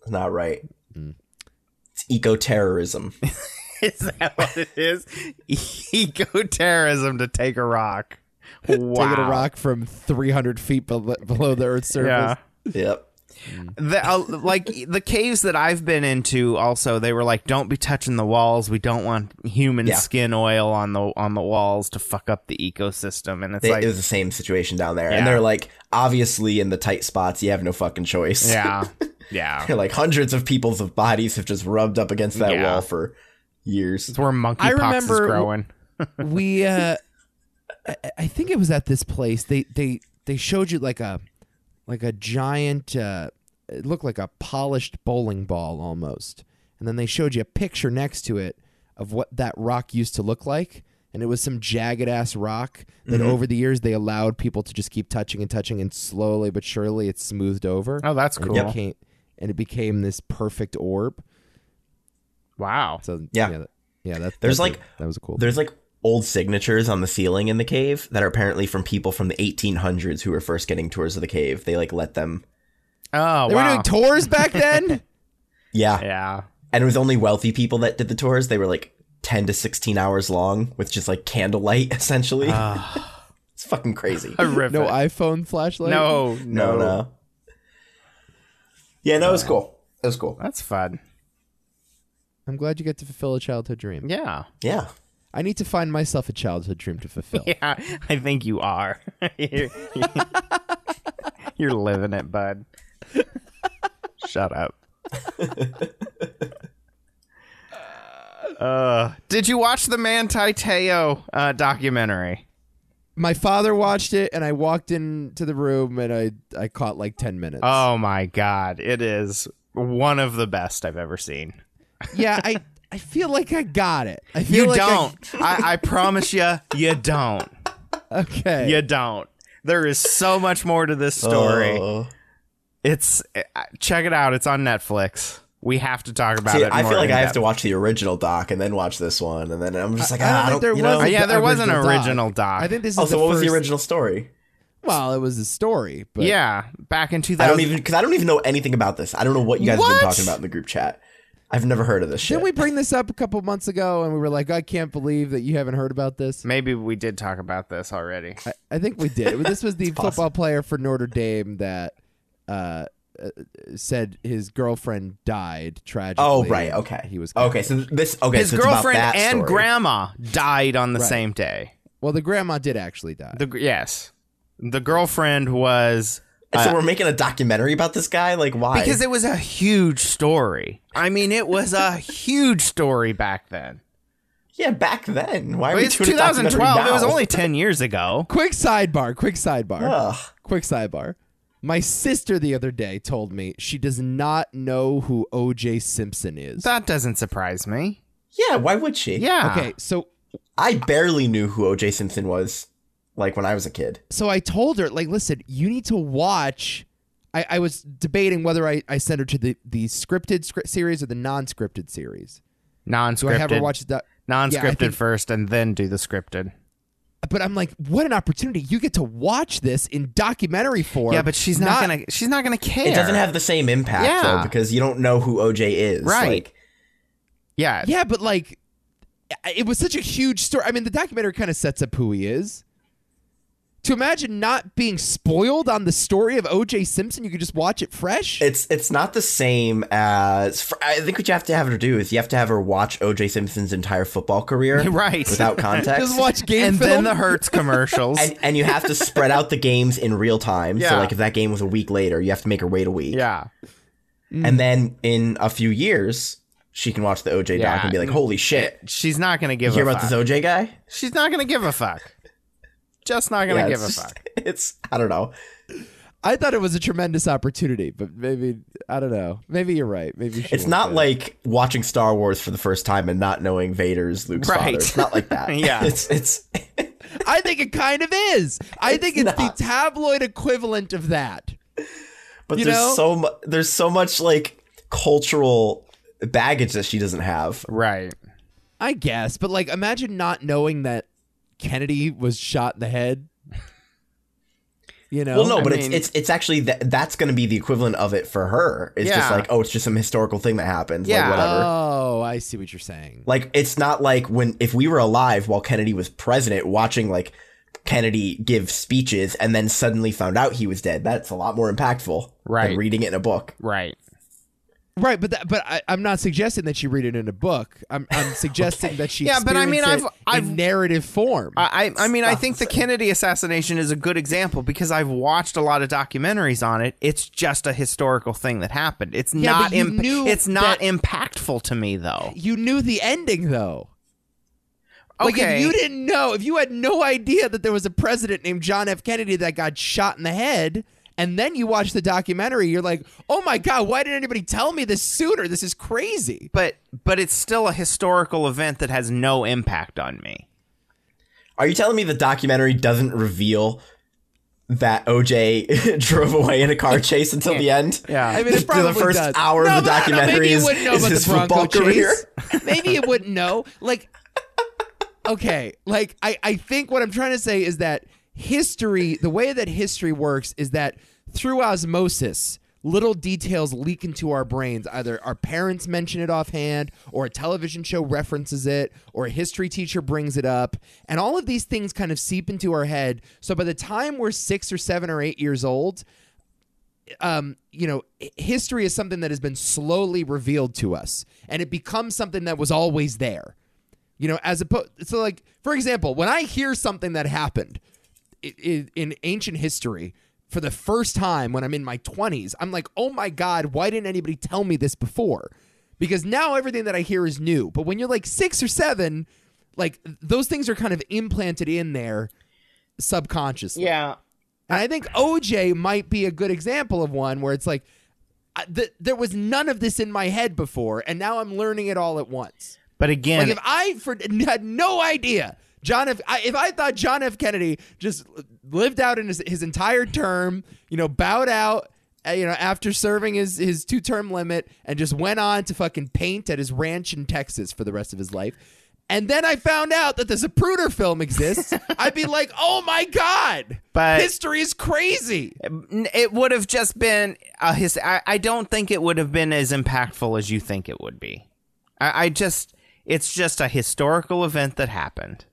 B: Mm.
D: Not right. It's eco terrorism.
B: Is that what it is? Eco terrorism to take a rock. Wow.
C: Taking a rock from 300 feet bel- below the Earth's surface.
B: Yeah.
D: yep.
B: The, uh, like the caves that I've been into, also they were like, "Don't be touching the walls. We don't want human
D: Yeah.
B: skin oil on the on the walls to fuck up the ecosystem." And it's
D: They,
B: like,
D: it was the same situation down there.
B: Yeah.
D: And they're like, obviously, in the tight spots, you have no fucking choice.
B: yeah, yeah,
D: like hundreds of people's bodies have just rubbed up against that
B: Yeah.
D: wall for years.
B: it's where monkeypox is
C: remember-
B: growing.
C: we uh I, I think it was at this place they they they showed you like a like a giant uh it looked like a polished bowling ball almost and then they showed you a picture next to it of what that rock used to look like and it was some jagged ass rock that
D: Mm-hmm.
C: over the years they allowed people to just keep touching and touching and slowly but surely it smoothed over
B: Oh, that's
C: and it
B: cool.
C: became- and it became this perfect orb
B: Wow.
C: so
D: Yeah.
C: yeah, that- yeah that,
D: There's
C: that's a-
D: like-
C: that was a cool
D: There's like old signatures on the ceiling in the cave that are apparently from people from the 1800s who were first getting tours of the cave. They like let them.
B: Oh,
C: they were
B: wow.
C: doing tours back then
D: Yeah.
B: yeah.
D: And it was only wealthy people that did the tours. They were like 10 to 16 hours long with just like candlelight, essentially. it's fucking crazy.
B: Horrific.
C: No iPhone flashlight.
B: no,
D: No, no. Uh. Yeah, no, it was cool. It was cool.
B: That's fun.
C: I'm glad you get to fulfill a childhood dream.
B: Yeah.
D: Yeah.
C: I need to find myself a childhood dream to fulfill.
B: Yeah, I think you are. you're, you're living it, bud. Shut up. uh, did you watch the Manti Teo uh, documentary?
C: My father watched it, and I walked into the room, and I I caught like ten minutes.
B: Oh my god, it is one of the best I've ever seen.
C: yeah, I I feel like I got it. I feel
B: You
C: like I-
B: don't. I, I promise you, you don't.
C: okay.
B: You don't. There is so much more to this story.
D: Oh.
B: It's uh, check it out. It's on Netflix. We have to talk about
D: See,
B: it.
D: I
B: more
D: feel like
B: in
D: I have to
B: depth.
D: watch the original doc and then watch this one, and then I'm just like,
C: I don't
D: ah, I
C: think
D: don't,
C: there
D: you
C: was
D: know.
B: Oh, yeah, there was an
C: original doc.
B: original doc.
C: I think this is
D: Oh, so
C: the
D: what was the
C: first-
D: original story?
C: Well, it was a story, but
B: yeah, back in
D: I
B: 2000.
D: don't even because I don't even know anything about this. I don't know what you guys have
B: What?
D: been talking about in the group chat. I've never heard of this shit.
C: Didn't we bring this up a couple months ago, and we were like, I can't believe that you haven't heard about this.
B: Maybe we did talk about this already.
C: I, I think we did. This was the football player for Notre Dame that uh, uh, said his girlfriend died tragically.
D: oh right, okay.
C: He was
D: okay. So this okay.
B: His
D: so it's about
B: girlfriend
D: that
B: and
D: story.
B: grandma died on the
C: Right.
B: same day.
C: Well, the grandma did actually die.
B: The gr- yes, the girlfriend was
D: And so Uh, we're making a documentary about this guy. Like why?
B: because it was a huge story. I mean, it was a huge story back then.
D: yeah, back then. Why are we
B: It's
D: doing a documentary
B: 2012. It was
D: now?
B: only 10 years ago.
C: quick sidebar. Quick sidebar.
D: Ugh.
C: Quick sidebar. My sister the other day told me she does not know who O.J. Simpson is.
B: That doesn't surprise me.
D: Yeah. Why would she?
B: Yeah.
C: okay, so
D: I barely knew who O.J. Simpson was. Like when I was a kid.
C: so I told her, like, listen, you need to watch. I, I was debating whether I, I sent her to the, the scripted script series or the non scripted series.
B: Non-scripted.
C: Do I have her watch the?
B: Non-scripted
C: Yeah, I think-
B: first, and then do the scripted.
C: But I'm like, what an opportunity! You get to watch this in documentary form.
B: Yeah, but she's not, gonna. She's not gonna care.
D: It doesn't have the same impact
B: Yeah.
D: though because you don't know who OJ is.
B: Right.
D: Like,
B: Yeah.
C: Yeah, but like, it was such a huge story. I mean, the documentary kind of sets up who he is. To imagine not being spoiled on the story of O.J. Simpson, you could just watch it fresh.
D: it's it's not the same as fr- I think what you have to have her do is you have to have her watch OJ Simpson's entire football career
B: Right.
D: without context.
C: just watch game
B: and
C: film.
B: then the Hertz commercials.
D: and, and you have to spread out the games in real time. So
B: Yeah.
D: like if that game was a week later, you have to make her wait a week.
B: yeah. Mm.
D: And then in a few years, she can watch the OJ
B: Yeah.
D: doc and be like, "Holy shit!
B: She's not going to
D: You
B: give
D: hear
B: a
D: about
B: fuck.
D: this OJ guy?"
B: She's not going to give a fuck. Just not going to give
D: it's
B: a
D: just-
B: fuck.
D: It's I don't know.
C: I thought it was a tremendous opportunity, but maybe I don't know. Maybe you're right. Maybe she
D: It's
C: won't
D: not
C: do it.
D: like watching Star Wars for the first time and not knowing Vader's Luke's
B: Right.
D: father. It's not like that.
B: Yeah.
D: It's it's
C: I think it kind of is. I think it's
D: not.
C: the tabloid equivalent of that.
D: But
C: You
D: there's
C: know?
D: so mu- there's so much like cultural baggage that she doesn't have.
B: Right.
C: I guess, but like, imagine not knowing that Kennedy was shot in the head. You know,
D: Well, no,
B: I
D: but
B: mean-
D: it's it's it's actually th- that's going to be the equivalent of it for her. It's just
B: Yeah.
D: like, oh, it's just some historical thing that happened.
B: Yeah. Uh,
D: like, whatever.
C: Oh, I see what you're saying.
D: like it's not like when if we were alive while Kennedy was president, watching like Kennedy give speeches and then suddenly found out he was dead. That's a lot more impactful
B: Right.
D: than reading it in a book.
B: Right.
C: Right, but that, but I, I'm not suggesting that she read it in a book. I'm, I'm suggesting that she
B: Yeah, but I mean,
C: experience
B: I've-
C: it
B: I've-
C: in narrative form.
B: I, I I mean, I think the Kennedy assassination is a good example because I've watched a lot of documentaries on it. It's just a historical thing that happened. It's
C: Yeah,
B: not
C: but you
B: imp-
C: knew
B: it's not
C: that-
B: impactful to me though.
C: you knew the ending though. Like
B: Okay.
C: if you didn't know, if you had no idea that there was a president named John F. Kennedy that got shot in the head, and then you watch the documentary, you're like, "Oh my god, why didn't anybody tell me this sooner? This is crazy."
B: but but it's still a historical event that has no impact on me.
D: Are you telling me the documentary doesn't reveal that OJ drove away in a car chase until the end?
B: Yeah. I
C: I mean, it probably
D: the first
C: does.
D: hour
C: No,
D: of the
C: but I don't know,
D: documentary
C: Maybe it
D: is,
C: wouldn't know
D: is
C: about
D: his
C: the Bronco
D: football career.
C: chase. maybe it wouldn't know. Like, okay, like I, I think what I'm trying to say is that history, the way that history works, is that through osmosis. Little details leak into our brains. Either our parents mention it offhand, or a television show references it, or a history teacher brings it up. And all of these things kind of seep into our head. So by the time we're six or seven or eight years old, um, you know, h- history is something that has been slowly revealed to us, and it becomes something that was always there. You know, as opposed, so like for example, when I hear something that happened i- i- in ancient history for the first time when I'm in my 20s, I'm like, oh my god, why didn't anybody tell me this before? Because now everything that I hear is new. But when you're like six or seven, like those things are kind of implanted in there subconsciously.
B: Yeah.
C: And I think OJ might be a good example of one where it's like, I- th- there was none of this in my head before, and now I'm learning it all at once.
B: But again,
C: like if I for, had no idea, John F. I, if I thought John F. Kennedy just lived out in his, his entire term, you know, bowed out, uh, you know, after serving his his two term limit, and just went on to fucking paint at his ranch in Texas for the rest of his life. And then I found out that the Zapruder film exists. I'd be like, "Oh my god!
B: But-
C: history is crazy."
B: n- it would have just been a his. I, I don't think it would have been as impactful as you think it would be. I, I just, it's just a historical event that happened.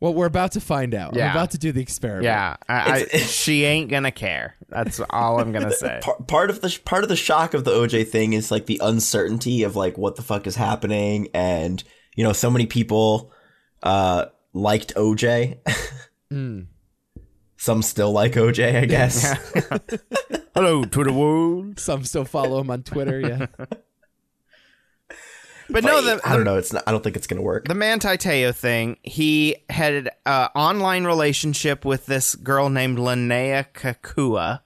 C: Well, we're about to find out.
B: Yeah.
C: We're about to do the experiment.
B: Yeah, I, I,
D: It's-
B: she ain't gonna care. That's all I'm gonna say.
D: Par- part of the sh- part of the shock of the OJ thing is like the uncertainty of like what the fuck is happening, and you know, so many people uh liked OJ.
C: Hmm.
D: Some still like OJ, I guess.
B: Hello to the world.
C: Some still follow him on Twitter. Yeah.
B: But no, the,
D: I don't know. It's not, I don't think it's gonna work.
B: the Manti Te'o thing. He had an online relationship with this girl named Linnea Kakua,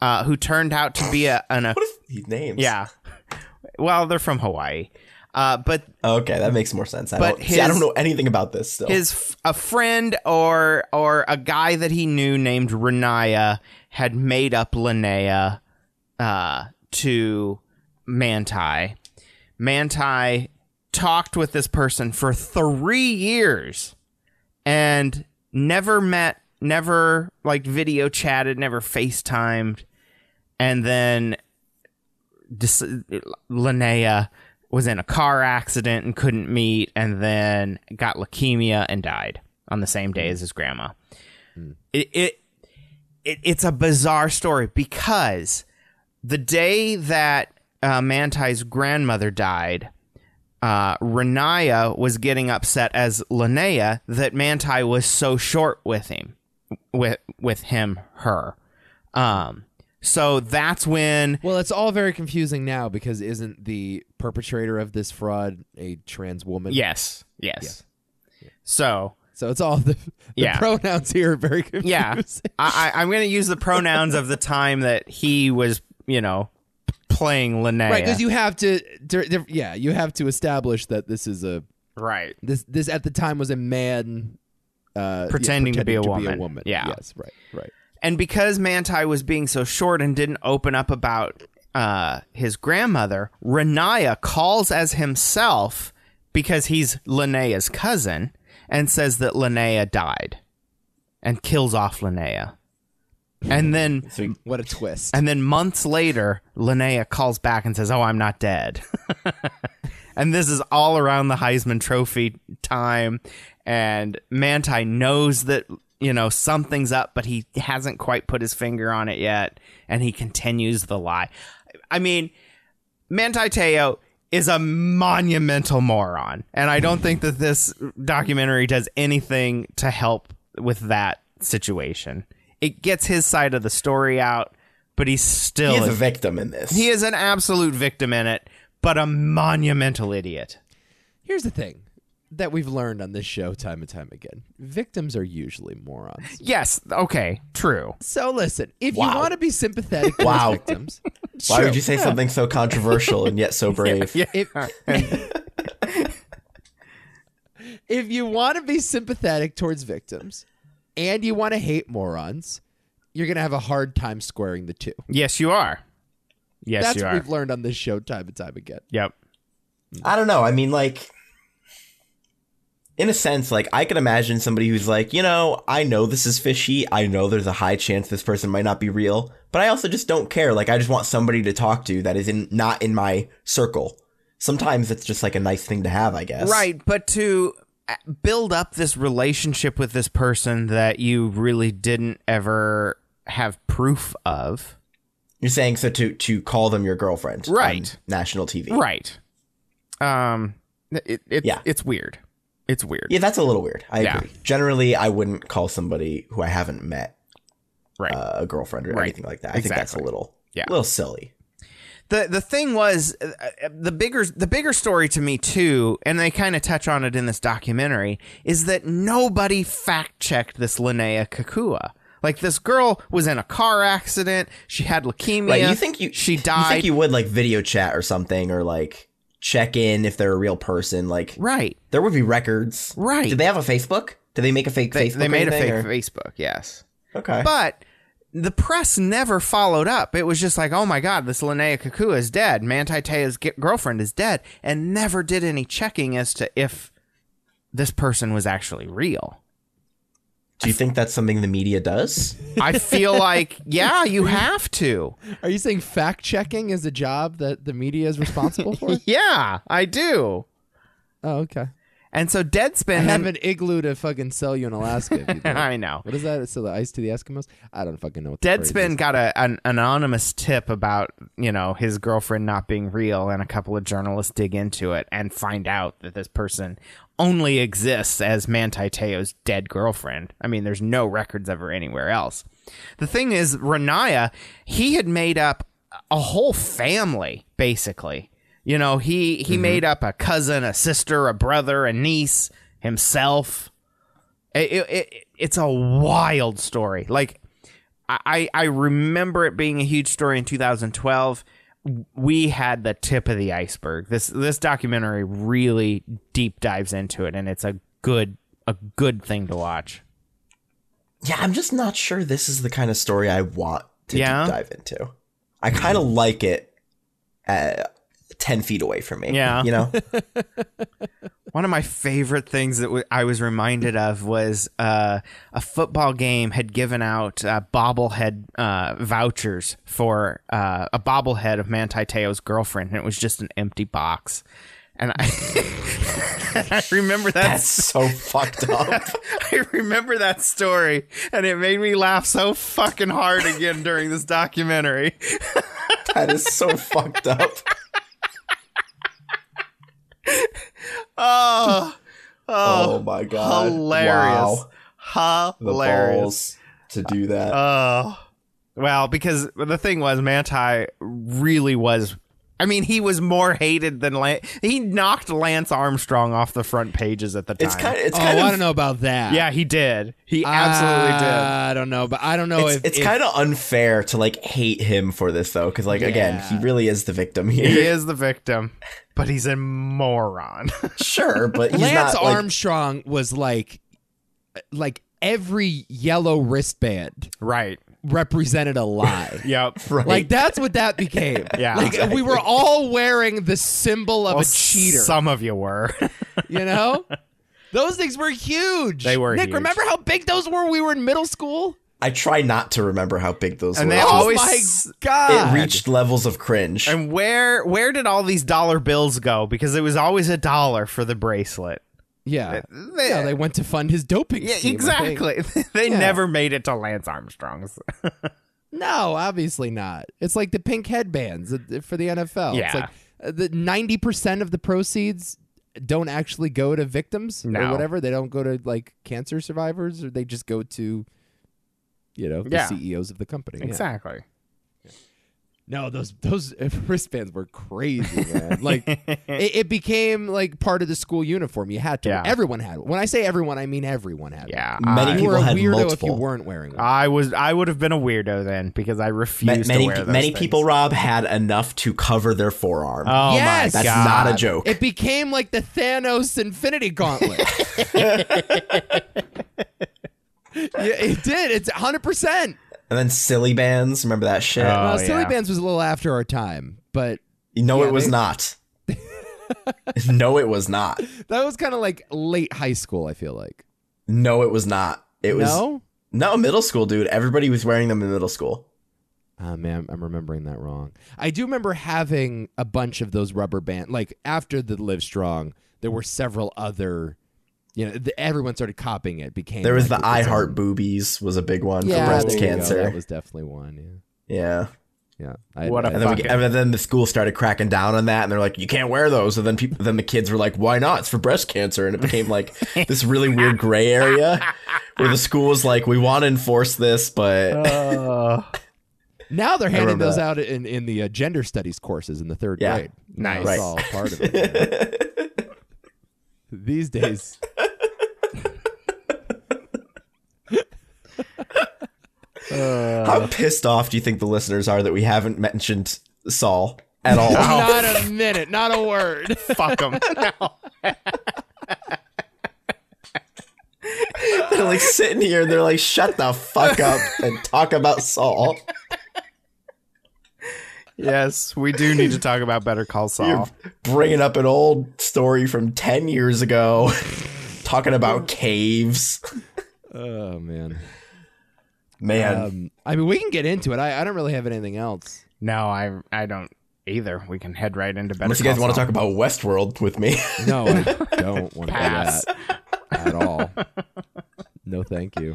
B: uh, who turned out to be a, an.
D: what if these names?
B: yeah. Well, they're from Hawaii. Uh, but
D: Okay, that makes more sense. I
B: But
D: don't, see, I
B: his-
D: don't know anything about this. Still,
B: his f- a friend or or a guy that he knew named Renaya had made up Linnea uh, to Manti. Manti talked with this person for three years and never met, never like video chatted, never FaceTimed, and then dis- Linnea was in a car accident and couldn't meet, and then got leukemia and died on the same day as his grandma. It, it it it's a bizarre story because the day that uh, Manti's grandmother died, uh, Renaya was getting upset as Linnea that Manti was so short with him, with with him, her. Um, so that's when
C: Well, it's all very confusing now because isn't the perpetrator of this fraud a trans woman?
B: Yes. Yes. So
C: So it's all the, the
B: Yeah.
C: pronouns here are very confusing.
B: yeah, I, I, I'm going to use the pronouns of the time that he was, you know, playing Linnea.
C: Right, because you have to, dir- dir- yeah, you have to establish that this is a
B: right.
C: this this at the time was a man uh, yeah,
B: Pretending to be a woman. Yeah.
C: Yes. Right. Right.
B: and because Manti was being so short and didn't open up about uh, his grandmother, Renaya calls as himself because he's Linnea's cousin and says that Linnea died and kills off Linnea. And then
C: What a twist.
B: and then months later, Linnea calls back and says, "Oh, I'm not dead." and this is all around the Heisman Trophy time, and Manti knows that you know something's up, but he hasn't quite put his finger on it yet, and he continues the lie. I mean, Manti Teo is a monumental moron, and I don't think that this documentary does anything to help with that situation. It gets his side of the story out, but he's still
D: He is a victim in this.
B: he is an absolute victim in it, but a monumental idiot.
C: Here's the thing that we've learned on this show time and time again victims are usually morons.
B: Yes, okay, true.
C: So listen, if you
D: Wow.
C: want to be sympathetic to
D: Wow.
C: those victims,
D: Why
C: Sure.
D: would you say something so controversial and yet so brave?
C: if, if you want to be sympathetic towards victims and you want to hate morons, you're going to have a hard time squaring the two.
B: Yes, you are. Yes,
C: That's
B: you
C: what
B: are.
C: we've learned on this show time and time again.
B: Yep.
D: I don't know. I mean, like, in a sense, like, I could imagine somebody who's like, you know, I know this is fishy. I know there's a high chance this person might not be real, but I also just don't care. Like, I just want somebody to talk to that is in not in my circle. Sometimes it's just like a nice thing to have, I guess.
B: Right, but to uh, build up this relationship with this person that you really didn't ever have proof of.
D: You're saying so to to call them your girlfriend, on
B: Right.
D: national TV,
B: Right. Um it, it,
D: Yeah.
B: it's weird. It's weird.
D: Yeah, that's a little weird. I
B: Yeah.
D: agree. Generally, I wouldn't call somebody who I haven't met
B: Right.
D: uh, a girlfriend or
B: Right.
D: anything like that. I think that's a
B: Exactly.
D: little,
B: Yeah.
D: a little silly.
B: the the thing was uh, uh, the bigger the bigger story to me too and they kind of touch on it in this documentary is that nobody fact checked this Linnea Kakua like this girl was in a car accident she had leukemia
D: Right? you think you
B: she
D: You
B: died
D: think you would like video chat or something, or like check in if they're a real person. Like
B: right
D: there would be records.
B: Right.
D: Did they have a Facebook? Did they make a fake
B: they,
D: Facebook?
B: they
D: or
B: made a fake
D: anything, or-
B: Facebook yes
D: Okay.
B: But the press never followed up. It was just like, oh my God, this Linnea Kakua is dead. Manti Te'a's g- girlfriend is dead, and never did any checking as to if this person was actually real.
D: Do you think that's something the media does?
B: I feel like, yeah, you have to.
C: Are you saying fact checking is a job that the media is responsible for?
B: Yeah, I do.
C: oh, okay.
B: And so Deadspin.
C: I have an igloo to fucking sell you in Alaska. if you do.
B: I know.
C: What is that? It's the ice to the Eskimos? I don't fucking know what the phrase
B: Deadspin
C: is.
B: got a, an anonymous tip about you know his girlfriend not being real, and a couple of journalists dig into it and find out that this person only exists as Manti Teo's dead girlfriend. I mean, there's no records of her anywhere else. The thing is, Renaya, he had made up a whole family basically. You know, he he made up a cousin, a sister, a brother, a niece, himself. It- it- it- it's a wild story. Like I, I remember it being a huge story in 2012. We had the tip of the iceberg. This this documentary really deep dives into it, and it's a good a good thing to watch.
D: Yeah, I'm just not sure this is the kind of story I want to
B: Yeah?
D: deep dive into. I kind of like it uh, 10 feet away from me.
B: Yeah.
D: You know?
B: One of my favorite things that w- I was reminded of was uh, a football game had given out uh, bobblehead uh, vouchers for uh, a bobblehead of Manti Te'o's girlfriend, and it was just an empty box. And I, I remember that
D: That's so fucked up.
B: I remember that story, and it made me laugh so fucking hard again during this documentary.
D: That is so fucked up.
B: Oh,
D: Oh, my God.
B: hilarious!
D: Wow. The
B: Hilarious!
D: balls to do that.
B: Oh, well, because the thing was, Manti really was. I mean, he was more hated than Lance. He knocked Lance Armstrong off the front pages at the time.
D: it's kind of, it's
C: Oh,
D: kind
C: I
D: of,
C: don't know about that.
B: yeah, he did. He absolutely did.
D: Uh,
C: I don't know, but I don't know
D: It's,
C: if
D: it's
C: if-
D: kind of unfair to like hate him for this though, because like again, he
C: Yeah.
D: really is the victim
B: He
D: here.
B: is the victim, but he's a moron.
D: sure, but he's
C: Lance
D: not like,
C: Armstrong was like, like every yellow wristband
B: right.
C: represented a lie.
B: Yep.
D: right.
C: Like that's what that became.
B: Yeah.
C: like we were all wearing the symbol of
B: Well,
C: a cheater.
B: Some of you were.
C: You know, those things were huge.
B: They were
C: Nick,
B: huge.
C: remember how big those were? when We were in middle school. Oh
D: I try not to remember how big those
B: And
D: were.
B: they
D: It was-
B: always
C: my
B: s-
C: God.
D: it reached levels of cringe.
B: And where where did all these dollar bills go? Because it was always a dollar for the bracelet.
C: Yeah.
B: they-
C: yeah, they went to fund his doping.
B: Yeah,
C: scheme, I think.
B: exactly. they
C: Yeah.
B: never made it to Lance Armstrong's.
C: No, obviously not. It's like the pink headbands uh, for the NFL.
B: Yeah.
C: It's like uh, the ninety percent of the proceeds don't actually go to victims or
B: No.
C: whatever. They don't go to like cancer survivors, or they just go to, you know, the
B: Yeah.
C: CEOs of the company. Yeah.
B: exactly.
C: No, those those wristbands were crazy, man. like it, it became like part of the school uniform. You had to.
B: Yeah.
C: Everyone had one. When I say everyone, I mean everyone had one.
B: Yeah.
D: Many
B: I,
C: You were a
D: People had
C: weirdo if you
D: multiple.
C: weren't wearing one.
B: I was I would have been a weirdo then because I
D: Ma-
B: refused
D: many
B: to wear those
D: many
B: things.
D: people, Rob, had enough to cover their forearm.
B: Oh
C: Yes!
B: my
D: That's
B: god.
D: not a joke.
C: It became like the Thanos Infinity Gauntlet. yeah, it did. It's 100%.
D: and then silly bands, remember that shit?
B: Oh,
C: well, Uh, Silly
B: yeah.
C: Bands was a little after our time, but
D: no,
C: yeah,
D: it was
C: they-
D: not. no, it was not.
C: that was kind of like late high school, I feel like.
D: No, it was not. It was
C: no?
D: no middle school, dude. Everybody was wearing them in middle school.
C: Oh, man, I'm remembering that wrong. I do remember having a bunch of those rubber band. Like after the Live Strong, there were several other. You know, the, everyone started copying it. Became
D: There was
C: like
D: the I
C: its
D: Heart
C: own-
D: Boobies was a big one
C: Yeah,
D: for breast
C: there you go.
D: cancer.
C: That was definitely one.
D: yeah.
C: Yeah, yeah. I,
B: What a
D: And then, we,
B: Fuck it.
D: and then the school started cracking down on that, and they're like, "You can't wear those." And then people, then the kids were like, "Why not? It's for breast cancer." And it became like this really weird gray area where the school was like, "We want to enforce this, but
C: Now they're handing
D: remember
C: those
D: that.
C: out in, in the uh, gender studies courses in the third
D: Yeah.
C: grade. Now
B: Nice.
C: It's
D: Right.
C: all part of it. yeah. These days.
D: how pissed off do you think the listeners are that we haven't mentioned Saul at all?"
C: Not a minute, not a word.
B: Fuck them.
D: they're like sitting here and they're like, "Shut the fuck up and talk about Saul."
B: yes, we do need to talk about Better Call Saul.
D: Bringing up an old story from ten years ago, talking about caves.
C: oh, man.
D: Man,
C: Um, I mean, we can get into it. I, I don't really have anything else.
B: No, I I don't either. We can head right into Better
D: unless you guys
B: Call
D: want to
B: Saul.
D: talk about Westworld with me.
C: No, I don't want to do
B: Pass.
C: that at all. No, thank you.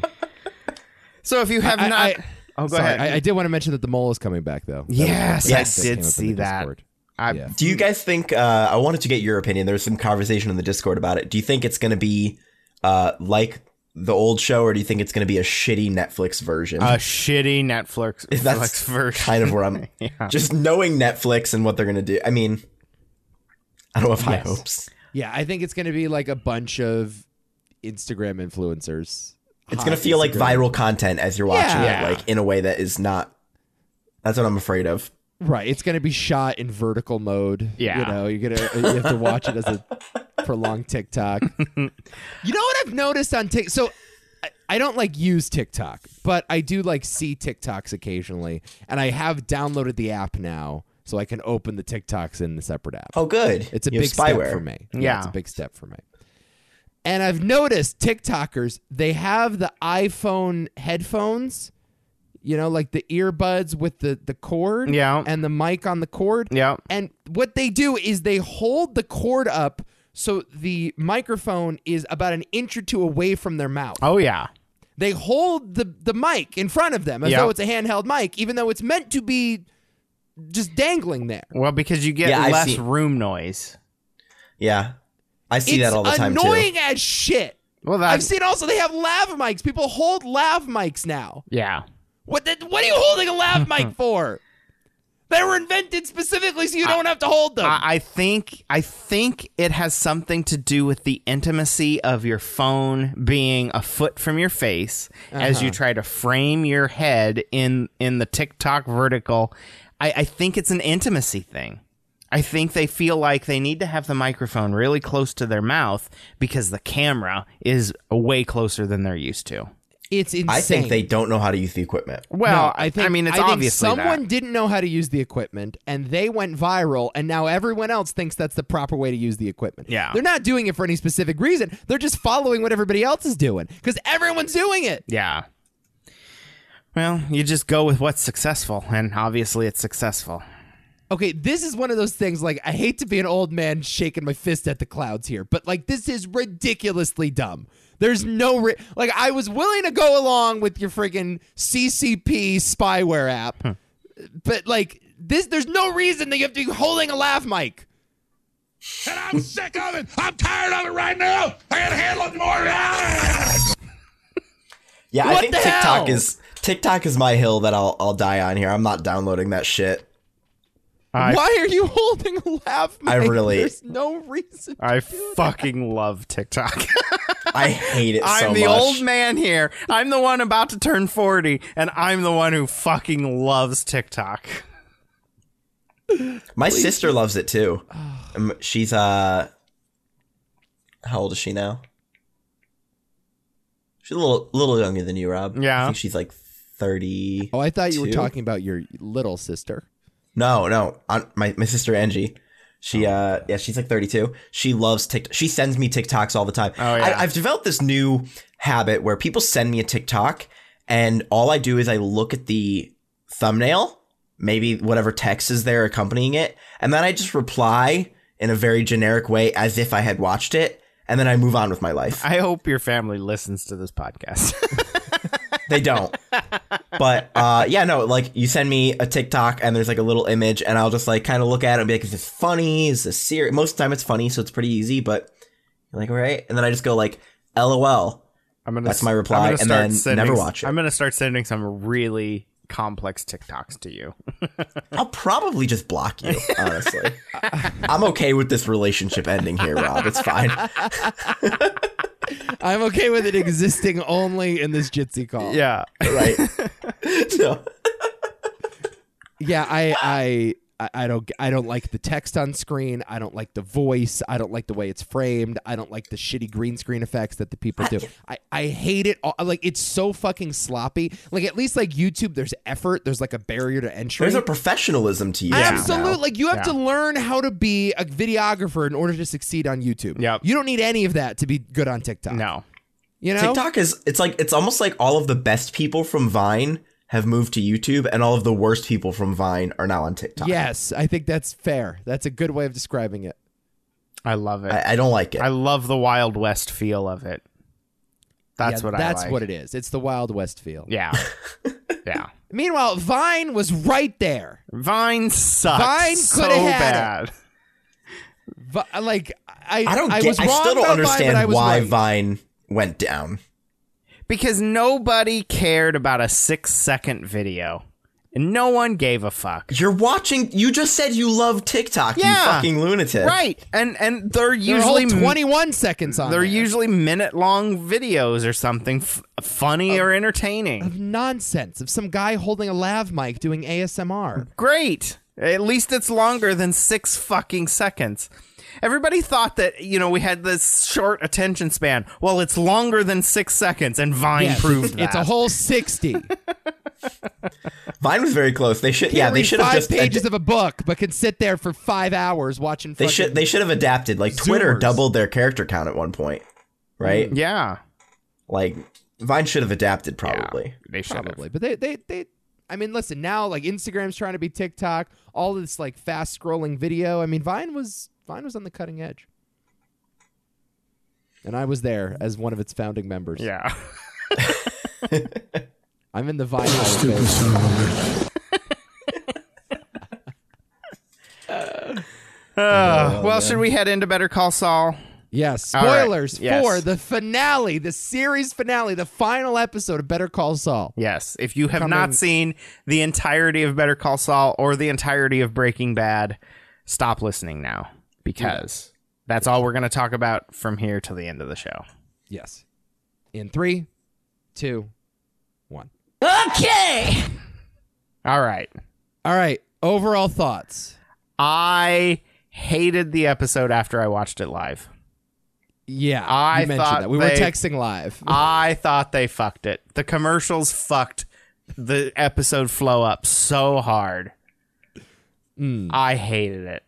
B: So if you have
C: I-
B: not
C: I-
B: Oh, go
C: Sorry,
B: ahead.
C: I, I did want to mention that the mole is coming back, though. That was
B: Yes,
D: I
C: something that
D: did
C: came up in the
B: see that.
C: Discord.
B: I-
C: Yeah.
D: Do you guys think? Uh, I wanted to get your opinion. There was some conversation in the Discord about it. Do you think it's going to be uh, like the old show, or do you think it's going to be a shitty Netflix version?
B: a shitty Netflix, Netflix
D: That's
B: version.
D: kind of where I'm.
B: Yeah.
D: Just knowing Netflix and what they're going to do. I mean, I don't have high
C: Yes.
D: hopes.
C: Yeah, I think it's going to be like a bunch of Instagram influencers.
D: It's
C: Hot
D: going to feel like
C: Instagram-
D: viral content as you're watching
B: Yeah.
D: it, like in a way that is not. That's what I'm afraid of.
C: Right, it's going to be shot in vertical mode.
B: Yeah.
C: you know, you're gonna you have to watch it as a prolonged TikTok. you know what I've noticed on TikTok? So I, I don't like use TikTok, but I do like see TikToks occasionally, and I have downloaded the app now, so I can open the TikToks in the separate app.
D: Oh, good.
C: It's a
D: You have
C: big step for me.
B: Yeah.
C: It's a big step for me. And I've noticed TikTokers, they have the iPhone headphones, you know, like the earbuds with the, the cord
B: Yeah.
C: and the mic on the cord.
B: Yeah.
C: And what they do is they hold the cord up so the microphone is about an inch or two away from their mouth.
B: Oh yeah.
C: They hold the, the mic in front of them as
B: Yeah.
C: though it's a handheld mic, even though it's meant to be just dangling there.
B: Well, because you get
D: Yeah, I
B: less
D: see.
B: room noise.
D: Yeah, I see
C: it's
D: that all the time
C: annoying
D: too.
C: as shit.
B: Well, that
C: I've seen also they have lav mics. People hold lav mics now.
B: yeah.
C: What the, what are you holding a lav mic for? They were invented specifically so you don't have to hold them.
B: I, I think I think it has something to do with the intimacy of your phone being a foot from your face as you try to frame your head in in the TikTok vertical. I, I think it's an intimacy thing. I think they feel like they need to have the microphone really close to their mouth because the camera is way closer than they're used to.
C: it's insane.
D: I think they don't know how to use the equipment.
B: Well,
C: No,
B: I, think, I mean, it's
C: I think
B: obviously
C: someone
B: that.
C: didn't know how to use the equipment, and they went viral, and now everyone else thinks that's the proper way to use the equipment.
B: Yeah.
C: they're not doing it for any specific reason. They're just following what everybody else is doing because everyone's doing it.
B: Yeah. Well, you just go with what's successful, and obviously it's successful.
C: Okay, this is one of those things like I hate to be an old man shaking my fist at the clouds here, but like this is ridiculously dumb. There's no ri- like I was willing to go along with your friggin' CCP spyware app. But like this there's no reason that you have to be holding a laugh mic.
H: I'm sick of it. I'm tired of it right now. I can't handle it more.
D: Yeah,
C: What
D: I think
C: the
D: TikTok
C: hell?
D: is TikTok is my hill that I'll I'll die on here. I'm not downloading that shit.
B: I,
C: Why are you holding a laugh mic?
D: I really-
C: There's no reason.
B: I fucking love TikTok.
D: I hate it so
B: I'm the
D: much.
B: old man here. I'm the one about to turn 40, and I'm the one who fucking loves TikTok.
D: My sister loves it too. Um, She's uh, how old is she now? She's a little little younger than you, Rob.
B: Yeah.
D: I think she's like thirty.
C: Oh, I thought you were
D: Two?
C: talking about your little sister.
D: No, no. I, my my sister Angie. She
B: Oh.
D: uh yeah, she's like 32. She loves TikTok. She sends me TikToks all the time.
B: Oh, yeah.
D: I, I've developed this new habit where people send me a TikTok and all I do is I look at the thumbnail, maybe whatever text is there accompanying it, and then I just reply in a very generic way as if I had watched it, and then I move on with my life.
B: I hope your family listens to this podcast.
D: They don't. but uh, yeah, no, like you send me a TikTok and there's like a little image, and I'll just like kind of look at it and be like, is this funny? Is this serious? Most of the time it's funny, so it's pretty easy, but you're like, all right. And then I just go like, LOL.
B: I'm gonna,
D: That's
B: s-
D: my reply,
B: gonna
D: and
B: start
D: then
B: sending-
D: never watch it.
B: I'm going to start sending some really complex TikToks to you.
D: I'll probably just block you, honestly. I'm okay with this relationship ending here, Rob. It's fine.
C: I'm okay with it existing only in this Jitsi call.
B: Yeah.
D: Right. no.
C: Yeah, I I I- I don't I don't like the text on screen. I don't like the voice. I don't like the way it's framed. I don't like the shitty green screen effects that the people do. I I hate it. All, like it's so fucking sloppy. Like at least like YouTube, there's effort. There's like a barrier to entry.
D: There's a professionalism to you.
C: Absolutely. Like you have
B: Yeah.
C: to learn how to be a videographer in order to succeed on YouTube.
B: Yep.
C: You don't need any of that to be good on TikTok.
B: No.
C: You know?
D: TikTok is it's like it's almost like all of the best people from Vine have moved to YouTube and all of the worst people from Vine are now on TikTok.
C: Yes, I think that's fair. That's a good way of describing it.
B: I love it. I,
D: I, I don't like it.
B: love the Wild West feel of it. That's
C: Yeah,
B: what I
C: That's
B: like.
C: what it is. It's the Wild West feel.
B: Yeah. yeah.
C: Meanwhile, Vine was right there.
B: Vine sucks.
C: Vine
B: so
C: coulda had
B: bad.
C: Vi- like I,
D: I don't
C: I
D: get
C: was
D: I
C: wrong
D: still don't
C: about Vine, but
D: understand
C: I was
D: why
C: right.
D: Vine went down.
B: because nobody cared about a six second video and no one gave a fuck
D: You're watching you just said you love TikTok,
B: Yeah.
D: you fucking lunatic.
B: right and and they're
C: There were
B: usually
C: a whole 21 seconds on.
B: they're
C: there.
B: usually minute long videos or something f- funny
C: Uh,
B: or entertaining
C: nonsense of some guy holding a lav mic doing ASMR.
B: great at least it's longer than six fucking seconds everybody thought that you know we had this short attention span well it's longer than six seconds and vine
C: Yes,
B: proved that
C: It's a whole 60.
D: Vine was very close. They should yeah,
C: Can't
D: they
C: read
D: should have
C: five
D: just
C: pages of a book, but can sit there for five hours watching.
D: they
C: fucking-
D: should they should have adapted. Like Twitter
C: Zoomers. Mm,
D: doubled their character count at one point. Right?
B: yeah
D: Like Vine should have adapted probably.
B: they should have
C: probably, but they they they. I mean, listen. Now, like Instagram's trying to be TikTok. All this like fast scrolling video. I mean, Vine was Vine was on the cutting edge, and I was there as one of its founding members.
B: yeah
C: I'm in the Vine Hall of Fame.
B: Uh, well, should we head into Better Call Saul?
C: Yes,
B: All right.
C: spoilers
B: Yes.
C: for the finale, the series finale, the final episode of Better Call Saul.
B: Yes. If you have
C: Coming-
B: not seen the entirety of Better Call Saul or the entirety of Breaking Bad, stop listening now because that's all we're going to talk about from here till the end of the show.
C: Yes. In three, two, one.
B: All right.
C: All right. Overall thoughts.
B: I hated the episode after I watched it live.
C: Yeah,
B: I
C: you
B: thought
C: mentioned that. We were
B: they-
C: texting live.
B: I thought they fucked it. The commercials fucked the episode flow up so hard. I hated it.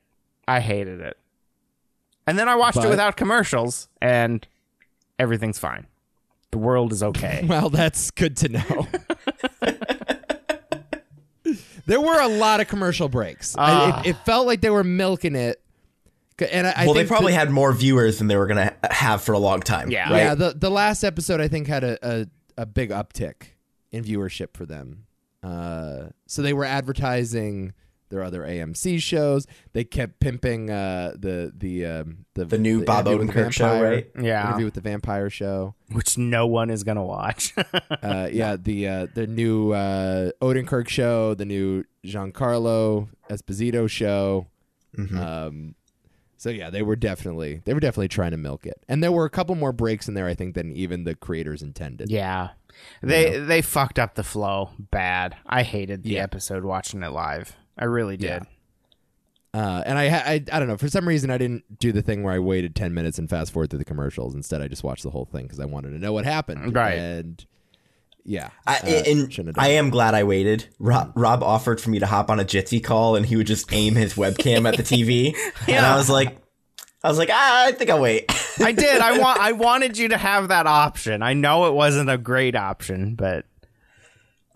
B: I hated it. And then I watched it
C: But-
B: without commercials, and everything's fine. The world is okay.
C: well, that's good to know. There were a lot of commercial breaks. I- it, it felt like they were milking it. C- And I, I
D: Ah. well, they
C: think the-
D: probably had more viewers than they were gonna ha- have for a long time.
B: Yeah.
D: right?
C: Yeah, the the last episode I think had a a, a big uptick in viewership for them. Uh, so they were advertising their other AMC shows. They kept pimping uh, the the um, the
D: The new Bob
C: Interview with the
D: Odenkirk show,
C: Vampire-
D: right?
B: Yeah.
C: interview with the vampire show.
B: which no one is gonna watch.
C: Uh, yeah, the uh, the new uh, Odenkirk show, the new Giancarlo Esposito show. Um, so yeah, they were definitely they were definitely trying to milk it, and there were a couple more breaks in there I think than even the creators intended.
B: yeah, they they fucked up the flow bad. I hated the
C: Yeah.
B: episode watching it live. I really did.
C: Uh, and I, ha- I, I don't know. For some reason, I didn't do the thing where I waited ten minutes and fast forward through the commercials. Instead, I just watched the whole thing because I wanted to know what happened.
B: Right.
C: And yeah,
D: I,
C: uh,
D: and
C: shouldn't have
D: I
C: done
D: am glad I waited. Rob, Rob offered for me to hop on a Jitsi call, and he would just aim his webcam at the TV, and I was like, I was like, ah, I think I'll wait.
B: I did. I want. I wanted you to have that option. I know it wasn't a great option, but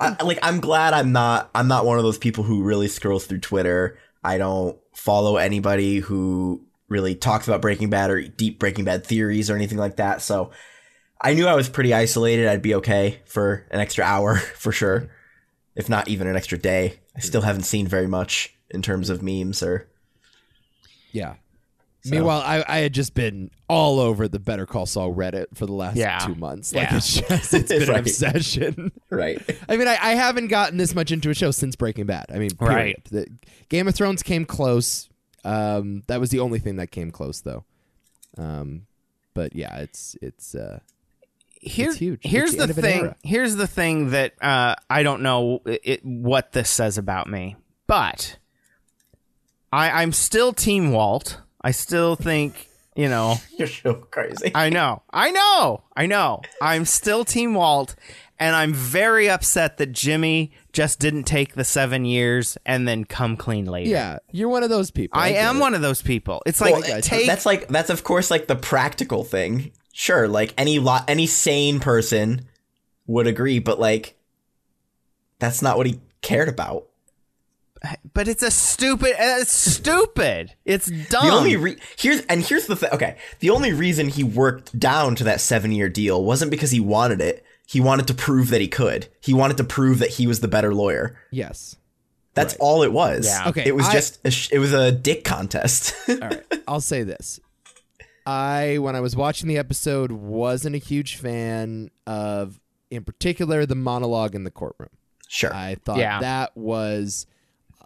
D: I, like, I'm glad I'm not. I'm not one of those people who really scrolls through Twitter. I don't follow anybody who really talks about Breaking Bad or deep Breaking Bad theories or anything like that. So, I knew I was pretty isolated. I'd be okay for an extra hour for sure, if not even an extra day. I still haven't seen very much in terms of memes or
C: it. yeah. Meanwhile, I, I had just been all over the Better Call Saul Reddit for the last
B: Yeah.
C: two months. Like
B: Yeah.
C: it's just it's been an
D: Right.
C: obsession.
D: right.
C: I mean, I, I haven't gotten this much into a show since Breaking Bad. I mean, period.
B: Right.
C: The, Game of Thrones came close. Um, that was the only thing that came close, though. Um, but yeah, it's it's uh,
B: Here-
C: It's huge.
B: Here's
C: It's the
B: the,
C: end of an
B: thing.
C: era.
B: Here's the thing that uh, I don't know it, what this says about me, but I, I'm still Team Walt. I still think you know.
D: You're so crazy.
B: I know. I know. I know. I'm still Team Walt, and I'm very upset that Jimmy just didn't take the seven years and then come clean later.
C: yeah, you're one of those people.
B: I
C: get
B: am
C: it.
B: one of those people. It's like
C: I got you.
B: take
D: that's like that's of course like the practical thing. Sure, like any lot any sane person would agree, but like that's not what he cared about.
B: But it's a stupid. It's stupid. It's dumb.
D: The only re- here's and here's the thing. Okay, the only reason he worked down to that seven year deal wasn't because he wanted it. He wanted to prove that he could. He wanted to prove that he was the better lawyer.
C: Yes.
D: That's all it was.
B: Yeah.
C: Okay,
D: It was
C: I-
D: just a sh- it was a dick contest.
C: All right. I'll say this. I, when I was watching the episode, wasn't a huge fan of, in particular, the monologue in the courtroom.
D: sure.
C: I thought
B: Yeah.
C: that was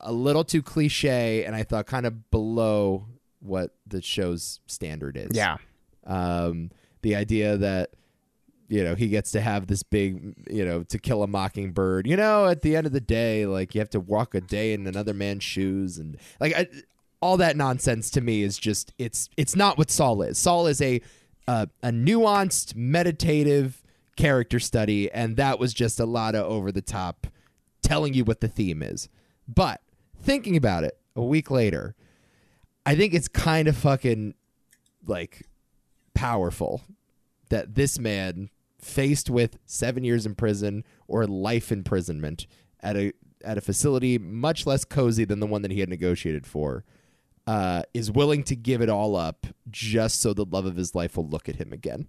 C: a little too cliche, and I thought kind of below what the show's standard is.
B: yeah.
C: Um, the idea that you know he gets to have this big, you know, to kill a mockingbird. You know, at the end of the day, like you have to walk a day in another man's shoes, and like I, all that nonsense to me is just it's it's not what Saul is. Saul is a uh, a nuanced, meditative character study, and that was just a lot of over the top telling you what the theme is. But thinking about it a week later, I think it's kind of fucking like powerful that this man faced with 7 years in prison or life imprisonment at a at a facility much less cozy than the one that he had negotiated for uh, is willing to give it all up just so the love of his life will look at him again.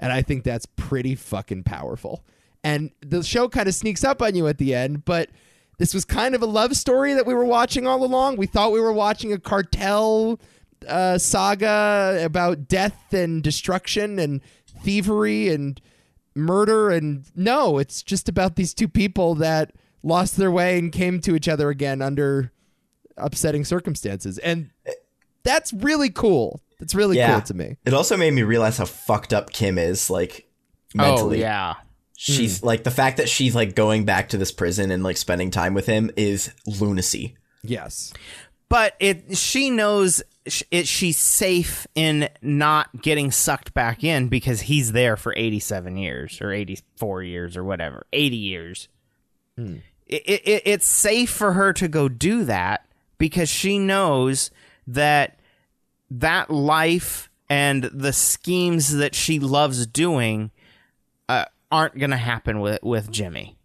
C: And I think that's pretty fucking powerful. And the show kind of sneaks up on you at the end, but this was kind of a love story that we were watching all along. We thought we were watching a cartel uh, saga about death and destruction and thievery and murder. And no, it's just about these two people that lost their way and came to each other again under upsetting circumstances. And that's really cool. That's really
D: Yeah.
C: cool to me.
D: It also made me realize how fucked up Kim is, like mentally.
B: Oh yeah.
D: She's
C: Hmm.
D: like the fact that she's like going back to this prison and like spending time with him is lunacy.
C: Yes.
B: But it. She knows. sh- It, she's safe in not getting sucked back in because he's there for 87 years or 84 years or whatever 80 years
C: Hmm.
B: it, it, it- it's safe for her to go do that because she knows that that life and the schemes that she loves doing uh, aren't going to happen with, with Jimmy.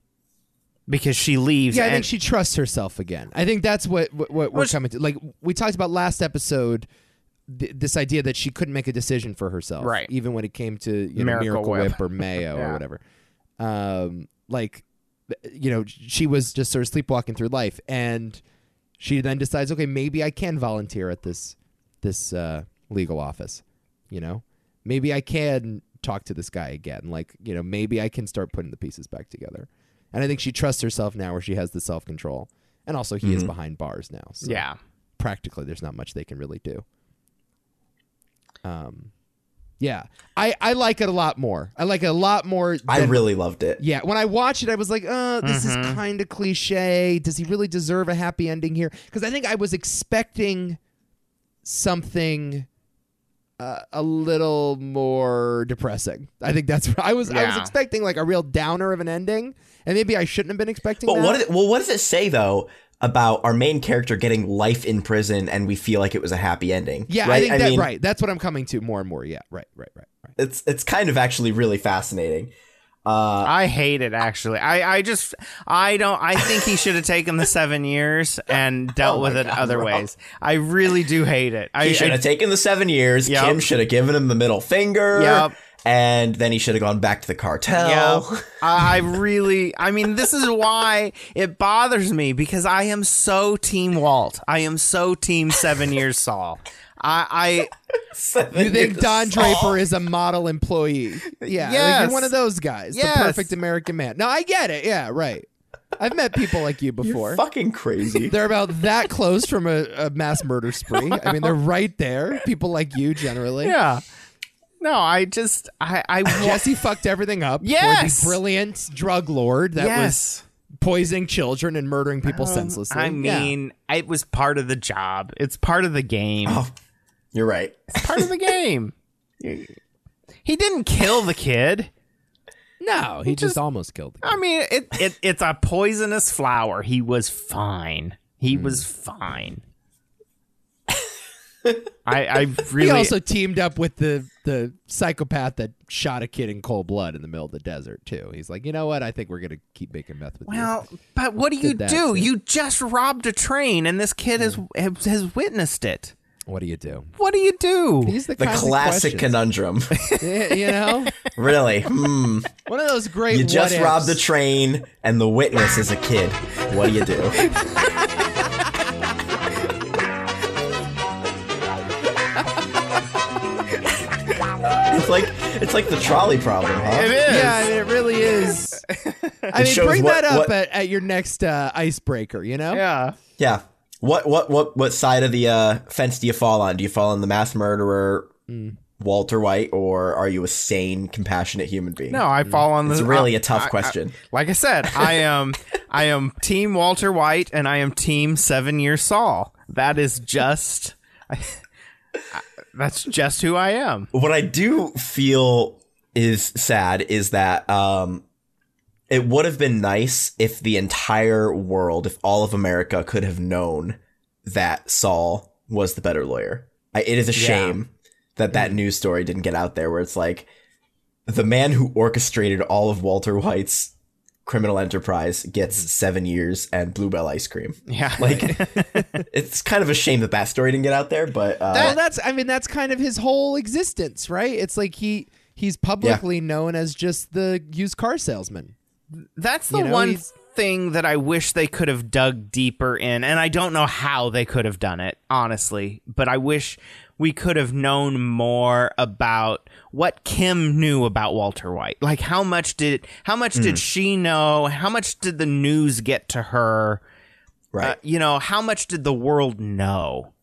B: because she leaves.
C: Yeah, I
B: and-
C: think she trusts herself again. I think that's what what, what we're
B: Well, she-
C: coming to. Like we talked about last episode, th- this idea that she couldn't make a decision for herself,
B: Right.
C: Even when it came to you know,
B: Miracle
C: Miracle,
B: Whip.
C: Whip. or Mayo
B: Yeah.
C: or whatever. Um, like th- you know, she was just sort of sleepwalking through life, and she then decides, okay, maybe I can volunteer at this this uh, legal office. You know, maybe I can talk to this guy again. Like, you know, maybe I can start putting the pieces back together. And I think she trusts herself now, where she has the self control, and also he is behind bars now. So
B: yeah.
C: practically, there's not much they can really do. Um, yeah, I I like it a lot more. I like it a lot more.
D: I
C: than-
D: really loved it.
C: yeah, when I watched it, I was like, "Uh, this
D: Mm-hmm.
C: is kind of cliche. Does he really deserve a happy ending here?" Because I think I was expecting something uh, a little more depressing. I think that's what I was. I was
B: Yeah.
C: expecting like a real downer of an ending, and maybe I shouldn't have been expecting.
D: But
C: that.
D: what? Did, well, what does it say though about our main character getting life in prison, and we feel like it was a happy ending?
C: yeah,
D: right?
C: I think that
D: mean,
C: right. That's what I'm coming to more and more. Yeah, right, right, right, right.
D: It's it's kind of actually really fascinating. Uh,
B: I hate it actually. I, I just I don't I think he should have taken the seven years and dealt with it other ways. I really do hate it. I,
D: He should
B: I-
D: have taken the seven years.
B: Yep.
D: Kim should have given him the middle finger.
B: Yep.
D: And then he should have gone back to the cartel.
B: Yeah. I I really, I mean, this is why it bothers me because I am so Team Walt. I am so Team Seven Years Saul. I,
D: Seven
C: You think
D: years. Oh,
C: Don Draper is a model employee? Yeah, like
B: Yes.
C: you're one of those guys,
B: Yes.
C: the perfect American man. No, I get it. Yeah, right. I've met people like you
D: You're
C: before.
D: fucking crazy.
C: They're about that close from a, a mass murder spree. I mean, they're right there. People like you, generally.
B: I, yeah. No, I just, I, I, wa-
C: Jesse fucked everything up. for the
B: Yes.
C: brilliant drug lord that was
B: yes. Um,
C: poisoning children and murdering people senselessly.
B: I
C: eh? Yeah.
B: mean, it was part of the job. It's part of the game.
D: You're right.
B: It's part of the game. He didn't kill the kid.
C: no, he just almost killed. the
B: I mean, it, it it's a poisonous flower. He was fine. He
C: Hmm.
B: was fine. I I really
C: He also teamed up with the the psychopath that shot a kid in cold blood in the middle of the desert too. He's like, you know what? I think we're gonna keep making meth with
B: well, but what do you
C: Did that,
B: do?
C: too. Hmm.
B: You just robbed a train, and this kid has has, has witnessed it.
C: you. What do you do?
B: What do you do?
C: These are the,
D: The
C: kinds of
D: classic
C: questions.
D: conundrum.
C: Yeah, you know,
D: really? Hmm.
C: one of those great.
D: You just
C: what
D: robbed the
C: ifs.
D: train, and the witness is a kid. What do you do? it's like it's like the trolley problem, huh?
B: is.
C: Yeah, I mean, it really is. I mean,
D: shows
C: bring
D: what-
C: that up
D: what-
C: at, at your next uh, icebreaker. You know,
B: Yeah.
D: Yeah. What what what what side of the uh, fence do you fall on? Do you fall on the mass murderer, Walter White, or are you a sane, compassionate human being?
B: No, I fall on the.
D: it's
C: uh,
D: really
B: I-
D: a tough
B: I-
D: question.
B: like I said, I am I am Team Walter White, and I am Team Seven Year Saul. That is just. I, I- that's just who I am.
D: what I do feel is sad is that um, it would have been nice if the entire world, if all of America could have known that Saul was the better lawyer. I, it is a
B: Yeah.
D: shame that that news story didn't get out there where it's like the man who orchestrated all of Walter White's criminal enterprise gets seven years and bluebell ice cream.
B: Yeah.
D: Like, it's kind of a shame that that story didn't get out there, but uh,
C: Well, that's I mean that's kind of his whole existence, right? It's like he he's publicly known as just the used car salesman.
B: That's the
C: You know,
B: one
C: he's-
B: thing that I wish they could have dug deeper in, and I don't know how they could have done it, honestly. But I wish we could have known more about what Kim knew about Walter White. Like how much did how much
C: Mm.
B: did she know? How much did the news get to her?
D: right.
B: Uh, you know, how much did the world know?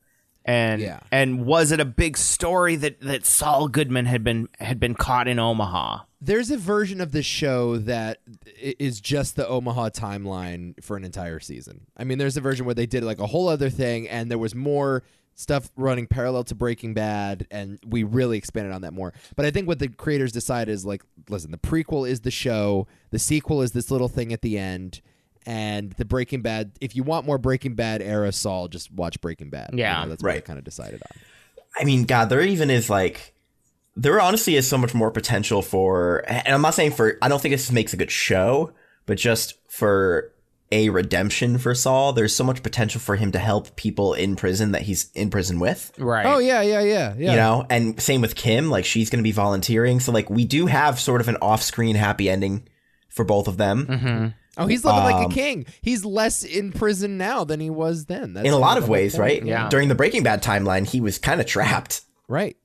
B: And
C: Yeah.
B: and was it a big story that, that Saul Goodman had been had been caught in Omaha?
C: There's a version of this show that i- is just the Omaha timeline for an entire season. I mean, there's a version where they did like a whole other thing, and there was more stuff running parallel to Breaking Bad, and we really expanded on that more. But I think what the creators decided is like, listen, the prequel is the show, the sequel is this little thing at the end, and the Breaking Bad. If you want more Breaking Bad era Saul, just watch Breaking Bad. You
B: Yeah.
C: know, that's what they
D: Right.
C: kind of decided on.
D: I mean, God, there even is like, there honestly is so much more potential for, and I'm not saying for, I don't think this makes a good show, but just for a redemption for Saul, there's so much potential for him to help people in prison that he's in prison with.
B: Right.
C: Oh yeah, yeah, yeah, yeah.
D: You know, and same with Kim, like she's going to be volunteering. So like we do have sort of an off-screen happy ending for both of them.
B: Mm-hmm.
C: oh, he's living
D: Um,
C: like a king. He's less in prison now than he was then. That's
D: in a
C: kind
D: lot
C: the
D: of
C: whole
D: ways,
C: point.
D: right?
B: Yeah.
D: During the Breaking Bad timeline, he was kind of trapped.
C: Right.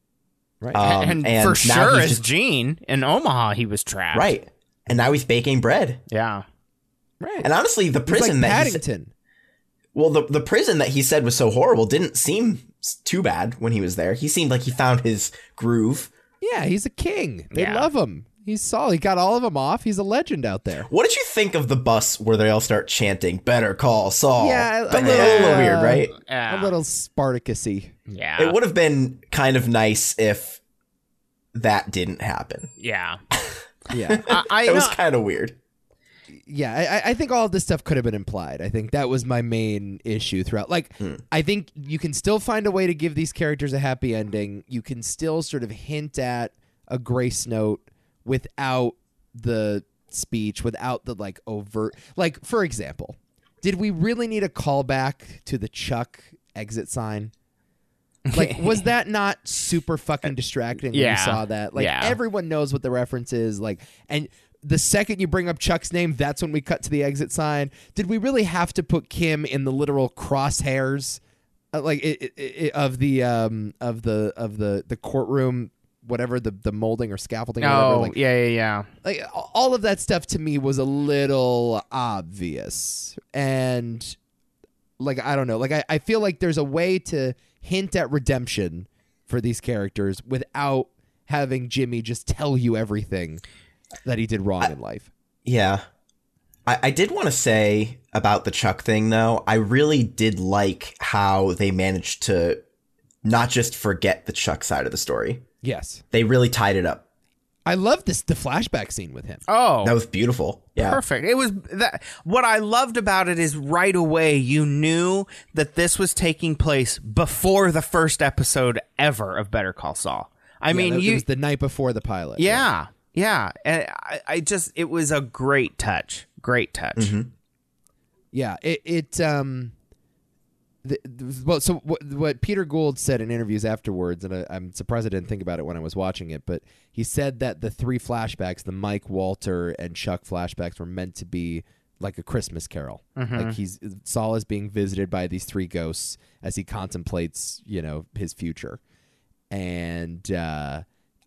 C: Right.
D: Um,
B: and, for
D: now
B: sure,
D: he's
B: as
D: just-
B: Gene in Omaha, he was trapped.
D: right. And now he's baking bread.
B: Yeah.
C: right.
D: And honestly, the
C: He's
D: prison
C: like
D: that he said-
C: Paddington.
D: well, the the prison that he said was so horrible didn't seem s- too bad when he was there. He seemed like he found his groove.
C: Yeah, he's a king. They
B: Yeah.
C: love him. He's solid. He got all of them off. He's a legend out there.
D: What did you think of the bus where they all start chanting "Better Call Saul"?
C: Yeah, a- a
D: But-
C: little,
D: it's
C: uh,
D: weird, right?
B: Yeah.
C: A little Spartacusy.
B: Yeah.
D: It would have been kind of nice if that didn't happen.
B: yeah.
C: Yeah,
B: I, I,
D: It was
B: know-
D: kind of weird.
C: yeah. I- I, I think all of this stuff could have been implied. I think that was my main issue throughout. Like, I think you can still find a way to give these characters a happy ending. You can still sort of hint at a grace note without the speech, without the like overt. Like, for example, did we really need a callback to the Chuck exit sign? Like, was that not super fucking distracting when you
B: Yeah.
C: saw that? Like,
B: Yeah.
C: everyone knows what the reference is. Like, and the second you bring up Chuck's name, that's when we cut to the exit sign. Did we really have to put Kim in the literal crosshairs, uh, like i i i of the um of the of the the courtroom, whatever the the molding or scaffolding? or whatever,
B: oh,
C: like,
B: yeah, yeah, yeah.
C: like all of that stuff to me was a little obvious and like i don't know like I, I feel like there's a way to hint at redemption for these characters without having jimmy just tell you everything that he did wrong in life
D: Yeah. I, I did want to say about the Chuck thing, though. I really did like how they managed to not just forget the Chuck side of the story,
C: yes
D: they really tied it up.
C: i love this the flashback scene with him
B: Oh,
D: That was beautiful. Yeah.
B: perfect. It was that. What I loved about it is right away you knew that this was taking place before the first episode ever of Better Call Saul. I
C: Yeah,
B: mean,
C: that- it
B: you
C: was the night before the pilot
B: Yeah, yeah. And I, I just, it was a great touch. Great touch.
D: Mm-hmm.
C: Yeah, it it um, the, the- well, so what, what Peter Gould said in interviews afterwards, and I, I'm surprised I didn't think about it when I was watching it, but he said that the three flashbacks, the Mike Walter and Chuck flashbacks, were meant to be like a Christmas Carol.
D: Mm-hmm.
C: Like he's Saul is being visited by these three ghosts as he contemplates, you know, his future and uh,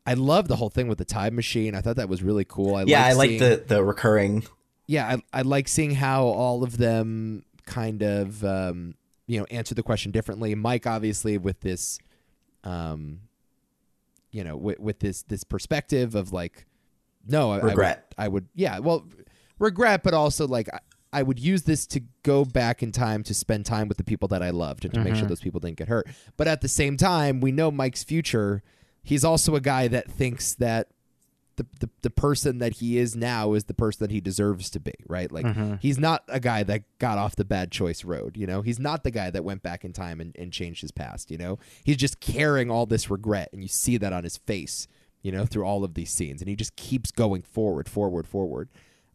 C: I love the whole thing with the time machine. I thought that was really cool. I
D: yeah, I
C: liked
D: like
C: seeing-
D: the, the recurring.
C: yeah, I, I like seeing how all of them kind of um, you know answer the question differently. Mike obviously with this, um, you know, with, with this this perspective of like, no, I, I would-
D: Regret.
C: I would, yeah, well, regret, but also like. I, I would use this to go back in time to spend time with the people that I loved and to make sure those people didn't get hurt. But at the same time, we know Mike's future. He's also a guy that thinks that the, the, the person that he is now is the person that he deserves to be, right? Like he's not a guy that got off the bad choice road, you know? He's not the guy that went back in time and, and changed his past, you know? He's just carrying all this regret and you see that on his face, you know, through all of these scenes. And he just keeps going forward, forward, forward.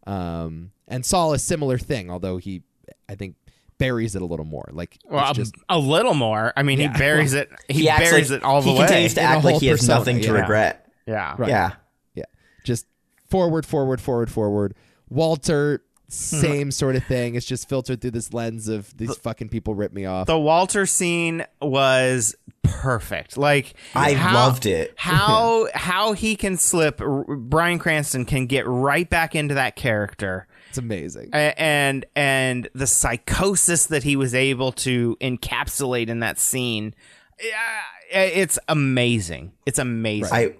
C: Um and Saul a similar thing, although he I think buries it a little more. Like it's
B: Well, a,
C: just
B: a little more. I mean, he buries it. He,
D: He, acts
B: buries
D: like-
B: it all the
D: He
B: way.
D: continues to
C: in a
D: act like
C: whole
D: he has
C: persona,
D: nothing to
C: yeah.
D: regret.
B: yeah.
C: Right.
D: Yeah.
C: Yeah. Just forward, forward, forward, forward. Walter, same sort of thing. It's just filtered through this lens of these fucking people rip me off.
B: The Walter scene was perfect. Like
D: I loved it.
B: How how he can slip R- Brian Cranston can get right back into that character.
C: It's amazing.
B: A- and and the psychosis that he was able to encapsulate in that scene yeah, it's amazing it's amazing
D: I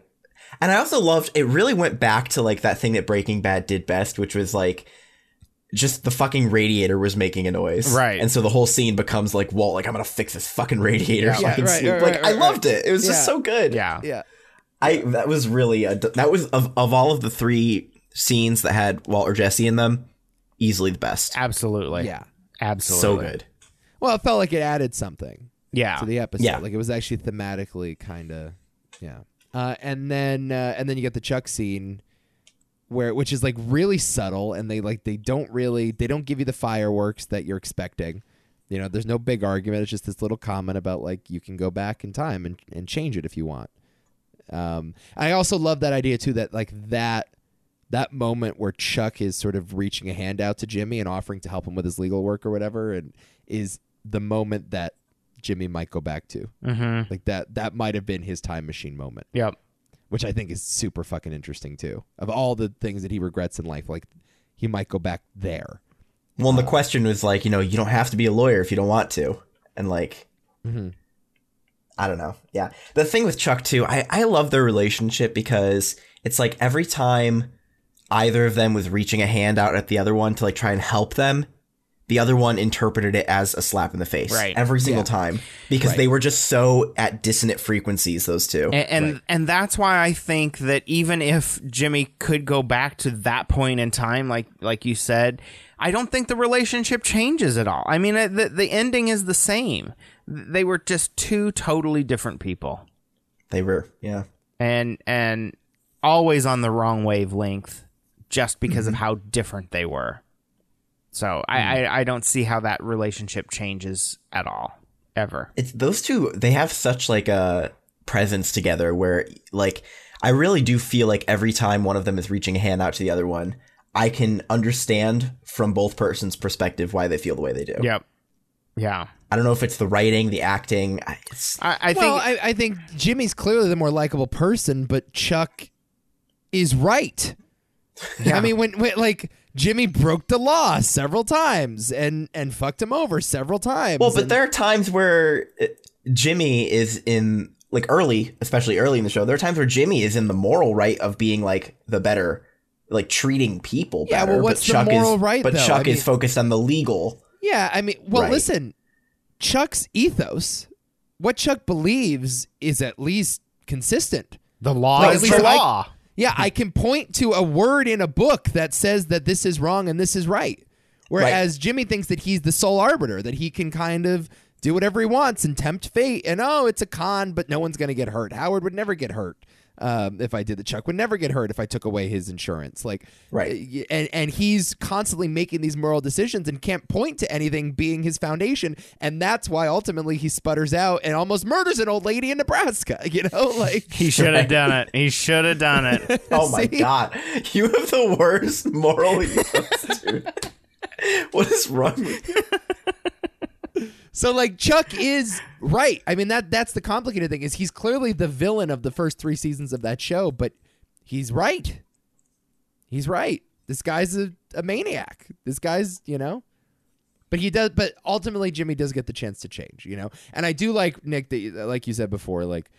D: and I also loved it really went back to like that thing that Breaking Bad did best, which was like just the fucking radiator was making a noise.
B: Right.
D: And so the whole scene becomes like, Walt, like I'm gonna fix this fucking radiator. so I
C: Yeah,
D: can
C: right,
D: sleep."
C: right,
D: like
C: right,
D: I
C: right,
D: loved it. It was
C: Yeah.
D: just so good.
B: yeah
C: Yeah.
D: I that was really a, that was of, of all of the three scenes that had Walt or Jesse in them, easily the best.
B: absolutely
C: Yeah.
D: So
B: absolutely
D: good.
C: Well, it felt like it added something
B: yeah
C: to the episode.
D: Yeah.
C: Like it was actually thematically kind of, yeah. Uh, and then uh, and then you get the Chuck scene, where which is like really subtle and they like they don't really they don't give you the fireworks that you're expecting. You know, there's no big argument. It's just this little comment about like you can go back in time and, and change it if you want. Um, I also love that idea too that like that that moment where Chuck is sort of reaching a hand out to Jimmy and offering to help him with his legal work or whatever, and is the moment that Jimmy might go back to. Mm-hmm. Like that that might have been his time machine moment,
B: Yep.
C: which I think is super fucking interesting too. Of all the things that he regrets in life, like he might go back there.
D: Well, and the question was like, you know, you don't have to be a lawyer if you don't want to, and like,
B: Mm-hmm.
D: I don't know. Yeah, the thing with Chuck too, I I love their relationship because it's like every time either of them was reaching a hand out at the other one to like try and help them, the other one interpreted it as a slap in the face
B: Right.
D: every single time because they were just so at dissonant frequencies. Those two.
B: A- and and that's why I think that even if Jimmy could go back to that point in time, like like you said, I don't think the relationship changes at all. I mean, uh, the the ending is the same. Th- They were just two totally different people,
D: they were. Yeah.
B: and and always on the wrong wavelength, just because of how different they were. So I, I I don't see how that relationship changes at all ever.
D: it's those two they have such like a presence together where like i really do feel like every time one of them is reaching a hand out to the other one i can understand from both persons perspective why they feel the way they do
B: Yep. Yeah.
D: i don't know if it's the writing the acting I- it's,
B: I, I
C: well,
B: think
C: I, I think Jimmy's clearly the more likable person, but Chuck is right. I mean, when, when like Jimmy broke the law several times and and fucked him over several times.
D: well but
C: and-
D: there are times where uh, jimmy is in like early especially early in the show there are times where jimmy is in the moral right of being like the better like treating people
C: Yeah,
D: better
C: well, what's
D: but
C: the
D: chuck
C: moral
D: is
C: right,
D: but
C: though?
D: chuck
C: I
D: is
C: mean-
D: focused on the legal
C: yeah, I mean, well,
D: Right.
C: listen, Chuck's ethos, what Chuck believes, is at least consistent.
B: the law
C: Like,
B: is
C: at least
B: the
C: I-
B: law.
C: Yeah, I can point to a word in a book that says that this is wrong and this is right. Whereas Jimmy thinks that he's the sole arbiter, that he can kind of do whatever he wants and tempt fate. And oh, it's a con, but no one's going to get hurt. Howard would never get hurt um, if I did the Chuck would never get hurt if I took away his insurance. Like, uh,
D: Right.
C: y- And and he's constantly making these moral decisions and can't point to anything being his foundation. And that's why ultimately he sputters out and almost murders an old lady in Nebraska. You know, like
B: He should have done it. He should have done it.
D: Oh my
C: See?
D: god. You have the worst moral ethos, dude. What is wrong with you?
C: So like Chuck is right. I mean that that's the complicated thing is he's clearly the villain of the first 3 seasons of that show, but he's right. He's right. This guy's a, a maniac. This guy's, you know. But he does but ultimately Jimmy does get the chance to change, you know. And I do like Nick that you- like you said before like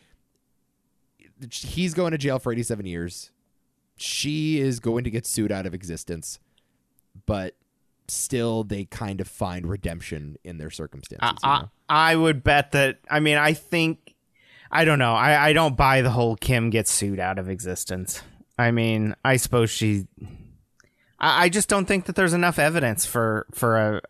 C: he's going to jail for 87 years. She is going to get sued out of existence. But still they kind of find redemption in their circumstances.
B: I,
C: you know?
B: I, I would bet that. I mean, I think. I don't know. I, I don't buy the whole Kim gets sued out of existence. I mean, I suppose she. I, I just don't think that there's enough evidence for for a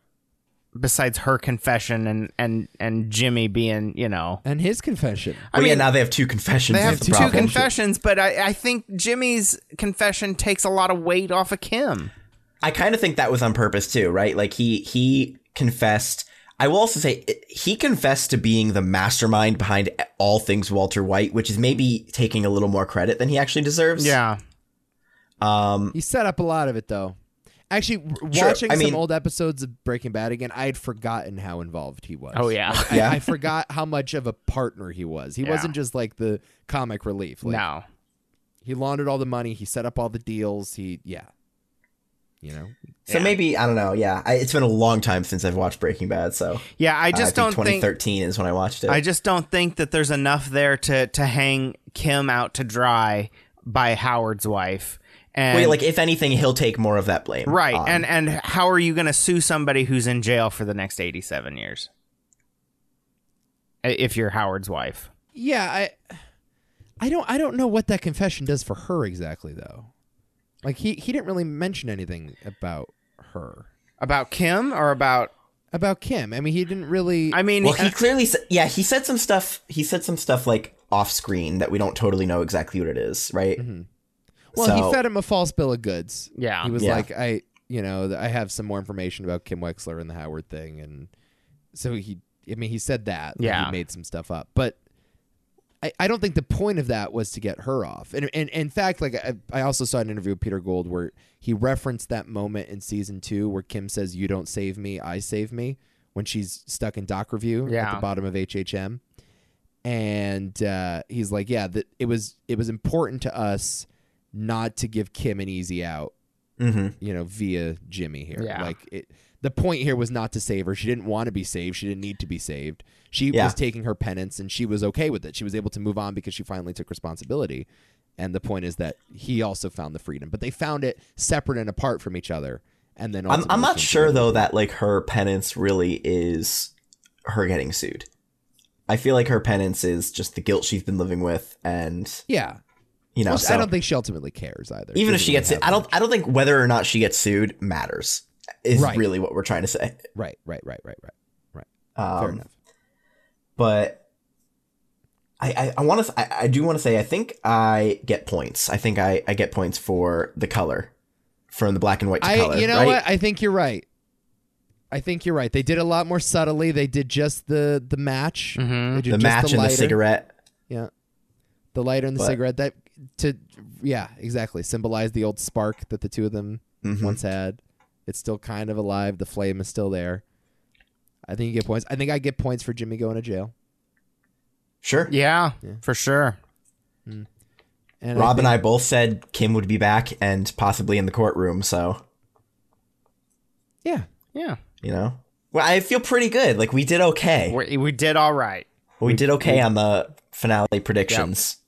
B: besides her confession and and and Jimmy being you know
C: and his confession.
D: I mean, now they have two confessions.
B: they have
D: is the
B: two
D: problem.
B: confessions, but I I think Jimmy's confession takes a lot of weight off of Kim.
D: I kind of think that was on purpose too, right? Like he he confessed. I will also say it- he confessed to being the mastermind behind all things Walter White, which is maybe taking a little more credit than he actually deserves.
B: Yeah,
D: Um
C: He set up a lot of it though. Actually, w-
D: Sure,
C: watching
D: I
C: some
D: mean-
C: old episodes of Breaking Bad again, I had forgotten how involved he was.
B: Oh, yeah.
C: Like, I-
D: Yeah.
C: I, forgot how much of a partner he was. He
B: Yeah.
C: wasn't just like the comic relief. Like,
B: no.
C: he laundered all the money. He set up all the deals. He, yeah, you know,
D: so maybe I don't know. Yeah, I, it's been a long time since I've watched Breaking Bad, so
B: Yeah, I
D: uh,
B: just
D: I think
B: don't think
D: 2013 is when I watched it.
B: I just don't think that there's enough there to to hang Kim out to dry by Howard's wife. And
D: Wait, like if anything, he'll take more of that blame.
B: right,
D: on-
B: and and how are you going to sue somebody who's in jail for the next 87 years? I- If you're Howard's wife.
C: yeah. I, I don't, I don't know what that confession does for her exactly though. Like he, he didn't really mention anything about her,
B: About Kim or about
C: about Kim. I mean, he didn't really.
B: I mean uh,
D: Well, he clearly, sa- yeah, he said some stuff. He said some stuff like off screen that we don't totally know exactly what it is, right?
C: Mm-hmm. Well,
D: So-
C: he fed him a false bill of goods.
B: Yeah.
C: he was
D: Yeah.
C: like, I, you know, th- I have some more information about Kim Wexler and the Howard thing, and so he, I mean, he said that. like,
B: Yeah.
C: he made some stuff up, but I, I don't think the point of that was to get her off. And, and, and in fact, like I, I also saw an interview with Peter Gold where he referenced that moment in season two where Kim says, "You don't save me, I save me," when she's stuck in doc review at
B: Yeah.
C: the bottom of HHM, and uh, he's like, "Yeah, that it was it was important to us not to give Kim an easy out."
D: mm-hmm.
C: You know, via Jimmy here.
B: Yeah.
C: Like it, the point here was not to save her. She didn't want to be saved. She didn't need to be saved. She
D: Yeah.
C: was taking her penance and she was okay with it. She was able to move on because she finally took responsibility. And the point is that he also found the freedom, but they found it separate and apart from each other. And then
D: I'm, I'm
C: ultimately
D: not
C: came
D: sure
C: together.
D: though that like her penance really is her getting sued. I feel like her penance is just the guilt she's been living with, and
C: Yeah,
D: you know,
C: Well,
D: so
C: I don't think she ultimately cares either.
D: even if
C: doesn't
D: she
C: really
D: gets, it,
C: have
D: I don't,
C: much.
D: I don't think whether or not she gets sued matters. Is
C: Right.
D: really what we're trying to say.
C: Right, right, right, right, right, right.
D: Um,
C: Fair enough.
D: but I I, I want to I, I do want to say I think I get points. I think I I get points for the color from the black and white to
C: I,
D: color.
C: you know
D: right?
C: what? I think you're right. I think you're right. They did a lot more subtly. They did just the the match, They did
D: the
C: just
D: match and the
C: lighter.
D: cigarette.
C: Yeah. The lighter and the
D: But-
C: cigarette that to yeah, exactly. Symbolize the old spark that the two of them
D: Mm-hmm.
C: once had. It's still kind of alive. The flame is still there. I think you get points. I think I get points for Jimmy going to jail.
D: Sure.
B: Yeah, for sure.
C: And
D: Rob
C: I
D: and I both said Kim would be back and possibly in the courtroom, so
C: think- yeah.
B: Yeah,
D: you know. Well, I feel pretty good. Like we did okay.
B: we we did all right.
D: We, did okay on the finale predictions.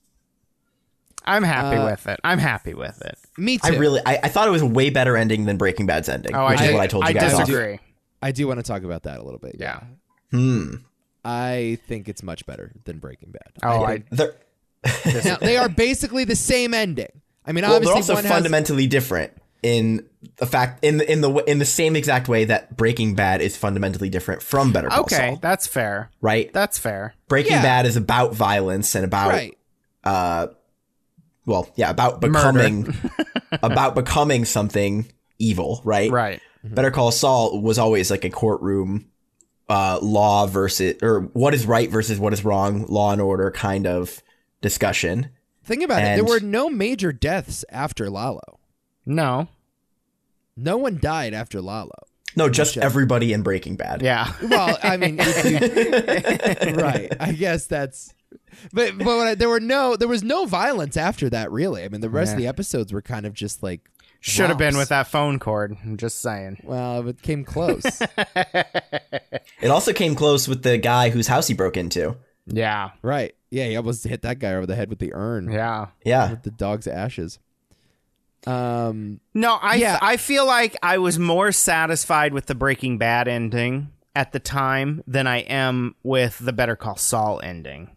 B: I'm happy
C: Uh,
B: with it. I'm happy with it.
C: Me too.
D: I really, I, I thought it was a way better ending than Breaking Bad's ending,
B: Oh,
D: which
B: I,
D: is
B: di-
D: what I told you guys. off.
B: disagree.
C: I do want to talk about that a little bit.
B: Yeah.
D: Hmm.
C: I think it's much better than Breaking Bad.
B: Oh, I,
D: They're,
C: now, they are basically the same ending. I mean,
D: well,
C: obviously
D: they're also
C: one has
D: fundamentally different in the fact in the in the w- in the same exact way that Breaking Bad is fundamentally different from Better Call
B: okay,
D: Saul,
B: that's fair.
D: right?
B: That's fair.
D: Breaking
C: yeah.
D: Bad is about violence and about
C: right.
D: uh well yeah about
B: Murder.
D: becoming about becoming something evil right
B: Right.
D: better call saul was always like a courtroom uh law versus or what is right versus what is wrong law and order kind of discussion
C: Think about it. There
D: and-
C: were no major deaths after Lalo.
B: No.
C: No one died after Lalo.
D: no just everybody in breaking bad
B: Yeah.
C: Well, I mean, if you- right? I guess that's. But but what I, there were no there was no violence after that really. I mean, the rest of the episodes were kind of just like
B: Should have been
C: romps.
B: with that phone cord. I'm just saying.
C: Well, it came close.
D: it also came close with the guy whose house he broke into
B: Yeah.
C: right? Yeah, he almost hit that guy over the head with the urn.
B: Yeah.
D: yeah
C: with the dog's ashes. Um.
B: No, I
C: Yeah.
B: I feel like I was more satisfied with the Breaking Bad ending at the time than I am with the Better Call Saul ending.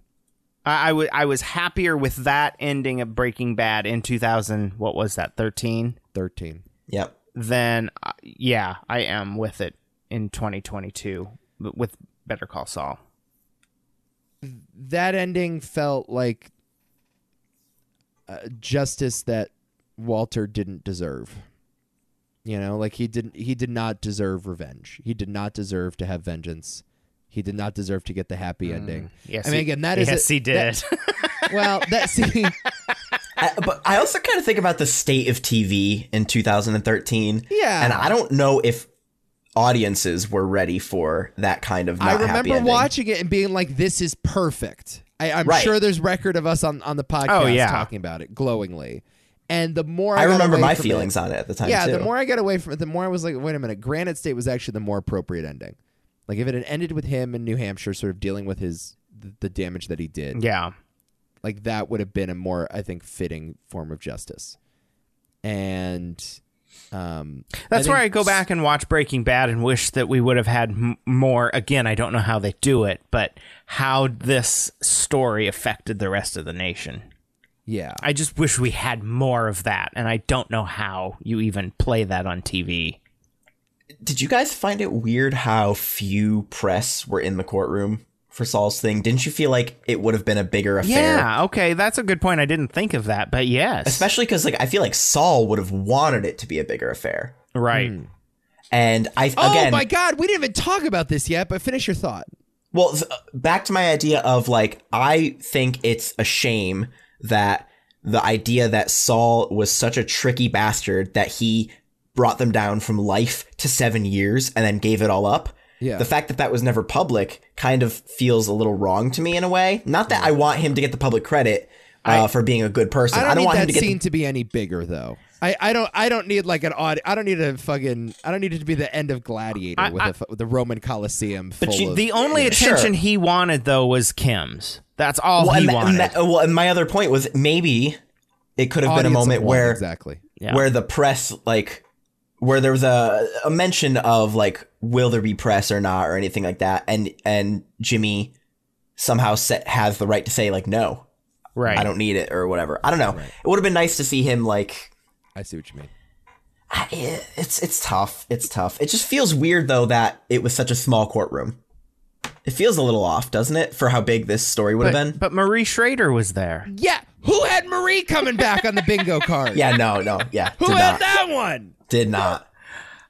B: I I wa- I was happier with that ending of Breaking Bad in 2000. What was that? 13.
C: 13.
D: yep
B: Than uh, yeah, I am with it in 2022 w- with Better Call Saul.
C: That ending felt like uh, justice that Walter didn't deserve. You know, like he didn't he did not deserve revenge. He did not deserve to have vengeance. He did not deserve to get the happy ending.
B: Mm. Yes,
C: I mean
B: he-
C: again, that is
B: yes,
C: a-
B: he did.
C: that- well, that see
D: I- but I also kind of think about the state of TV in 2013.
C: Yeah.
D: And I don't know if audiences were ready for that kind of not
C: I
D: happy
C: remember
D: ending.
C: watching it and being like, this is perfect. I, I'm
D: Right.
C: sure there's record of us on, on the podcast
B: Oh, yeah.
C: talking about it glowingly. And the more I,
D: I
C: got
D: remember
C: away
D: my
C: from
D: feelings
C: it,
D: on it at the time
C: Yeah,
D: too.
C: the more I got away from it, the more I was like, wait a minute, Granite State was actually the more appropriate ending. Like if it had ended with him in New Hampshire sort of dealing with his the, the damage that he did,
B: yeah.
C: like that would have been a more, I think, fitting form of justice. And um
B: That's
C: think
B: where I go back and watch Breaking Bad and wish that we would have had m- more. Again, I don't know how they do it, but how this story affected the rest of the nation.
C: yeah.
B: I just wish we had more of that, and I don't know how you even play that on TV.
D: Did you guys find it weird how few press were in the courtroom for Saul's thing, didn't you feel like it would have been a bigger affair?
B: Yeah, okay, that's a good point. I didn't think of that, but yes.
D: Especially because like I feel like Saul would have wanted it to be a bigger affair.
B: right.
D: And I
C: Oh
D: again,
C: my God, we didn't even talk about this yet. But finish your thought.
D: well, th- back to my idea of like I think it's a shame that the idea that Saul was such a tricky bastard that he brought them down from life to 7 years and then gave it all up.
C: Yeah.
D: The fact that that was never public kind of feels a little wrong to me in a way. Not that I want him to get the public credit uh, for being a good person.
C: I
D: I
C: don't,
D: don't, want
C: need
D: him
C: that
D: to get the
C: scene to be any bigger, though. I, I don't I don't need like an odd I don't need a fucking I don't need it to be the end of Gladiator with, a fu- with the Roman Colosseum. Full
D: you-
C: of,
B: The only attention
D: Sure.
B: he wanted though was Kim's. That's all he
D: and ma-
B: wanted.
D: ma- well, and my other point was maybe it could have been a
C: audience of
D: moment
C: one,
D: where
C: exactly
B: Yeah.
D: where the press like where there was a, a mention of like will there be press or not or anything like that and and Jimmy somehow set, has the right to say like no
B: right.
D: I don't need it or whatever I don't know it would have been nice to see him like
C: I see what you mean.
D: I- it's it's tough it's tough it just feels weird though that it was such a small courtroom it feels a little off doesn't it for how big this story would
B: but,
D: have been
B: but Marie Schrader was there.
C: Yeah, who had Marie coming back on the bingo card?
D: yeah no no yeah
C: who
D: did
C: had
D: not.
C: that one?
D: Did not.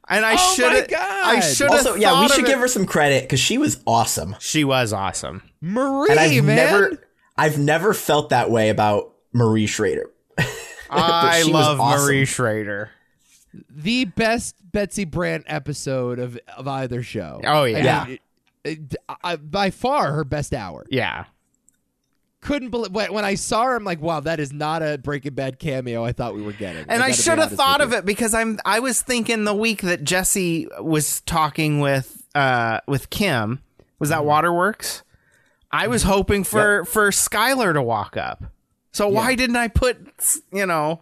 B: And I
C: Oh
B: should
C: my God.
B: I should
D: Also, yeah, we should give her some credit because she was awesome.
B: She was awesome.
C: Marie,
D: And I've
C: man.
D: never, I've never felt that way about Marie Schrader.
B: I
D: she was
B: love
D: awesome.
B: Marie Schrader.
C: the best Betsy Brandt episode of of either show.
B: Oh, yeah.
C: I mean,
D: Yeah.
C: it- it- I- by far her best hour.
B: Yeah.
C: Couldn't believe when when I saw her. I'm like, wow, that is not a Breaking Bad cameo. I thought we were getting.
B: And I should have thought of it because I'm I was thinking the week that Jesse was talking with uh with Kim, was
C: Mm-hmm.
B: that Waterworks? I was hoping for for Skylar to walk up. So why didn't I put you know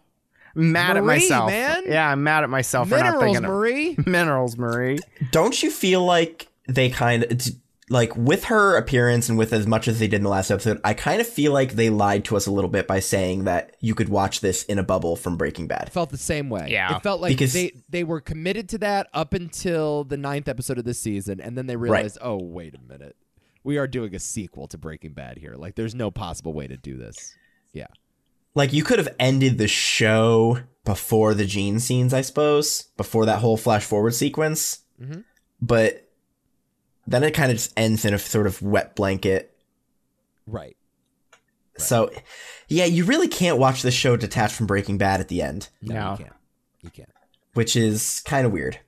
B: mad at
C: Marie,
B: myself?
C: man.
B: Yeah, I'm mad at myself for not
C: Minerals,
B: thinking
C: Marie.
B: of minerals, Marie.
D: Don't you feel like they kind of, like with her appearance and with as much as they did in the last episode, I kind of feel like they lied to us a little bit by saying that you could watch this in a bubble from Breaking Bad.
C: felt the same way.
B: Yeah.
C: It felt like
D: Because-
C: they, they were committed to that up until the ninth episode of this season, and then they realized, oh, wait a minute. We are doing a sequel to Breaking Bad here. Like, there's no possible way to do this. Yeah.
D: Like you could have ended the show before the Gene scenes, I suppose, before that whole flash forward sequence.
B: Mm-hmm.
D: But then it kind of just ends in a sort of wet blanket
C: Right.
D: So, yeah, you really can't watch this show detached from Breaking Bad at the end,
B: No.
C: You can't. You can't.
D: which is kind of weird.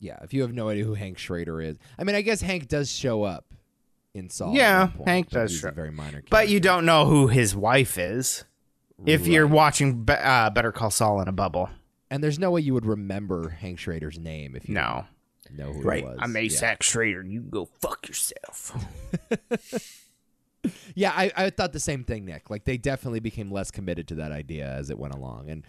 C: Yeah. If you have no idea who Hank Schrader is, I mean, I guess Hank does show up in Saul. at
B: Yeah,
C: one point,
B: Hank
C: but
B: does
C: he's a
B: show-
C: Very minor.
B: But you
C: character.
B: don't know who his wife is if you're
C: Right.
B: watching Be- uh, Better Call Saul in a bubble.
C: And there's no way you would remember Hank Schrader's name if you
B: No,
C: didn't know who
D: Right.
C: it was.
B: I'm
C: Yeah.
B: Asac Schrader. You can go fuck yourself.
C: Yeah, I, I thought the same thing, Nick. Like they definitely became less committed to that idea as it went along. And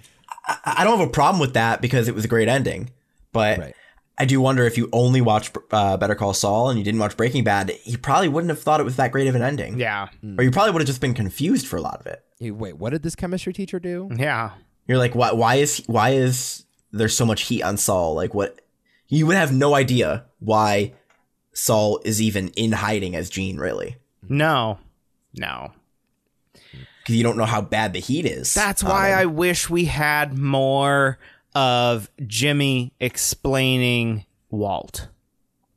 D: I I don't have a problem with that because it was a great ending, but
C: Right.
D: I do wonder if you only watched uh, Better Call Saul and you didn't watch Breaking Bad, you probably wouldn't have thought it was that great of an ending.
B: yeah,
D: Or you probably would have just been confused for a lot of it.
C: Hey, wait, what did this chemistry teacher do?
B: yeah.
D: You're like, why, why is why is there so much heat on Saul? Like, what? You would have no idea why Saul is even in hiding as Gene, really,
B: No, no.
D: because you don't know how bad the heat is.
B: That's
D: on
B: why
D: him.
B: I wish we had more of Jimmy explaining Walt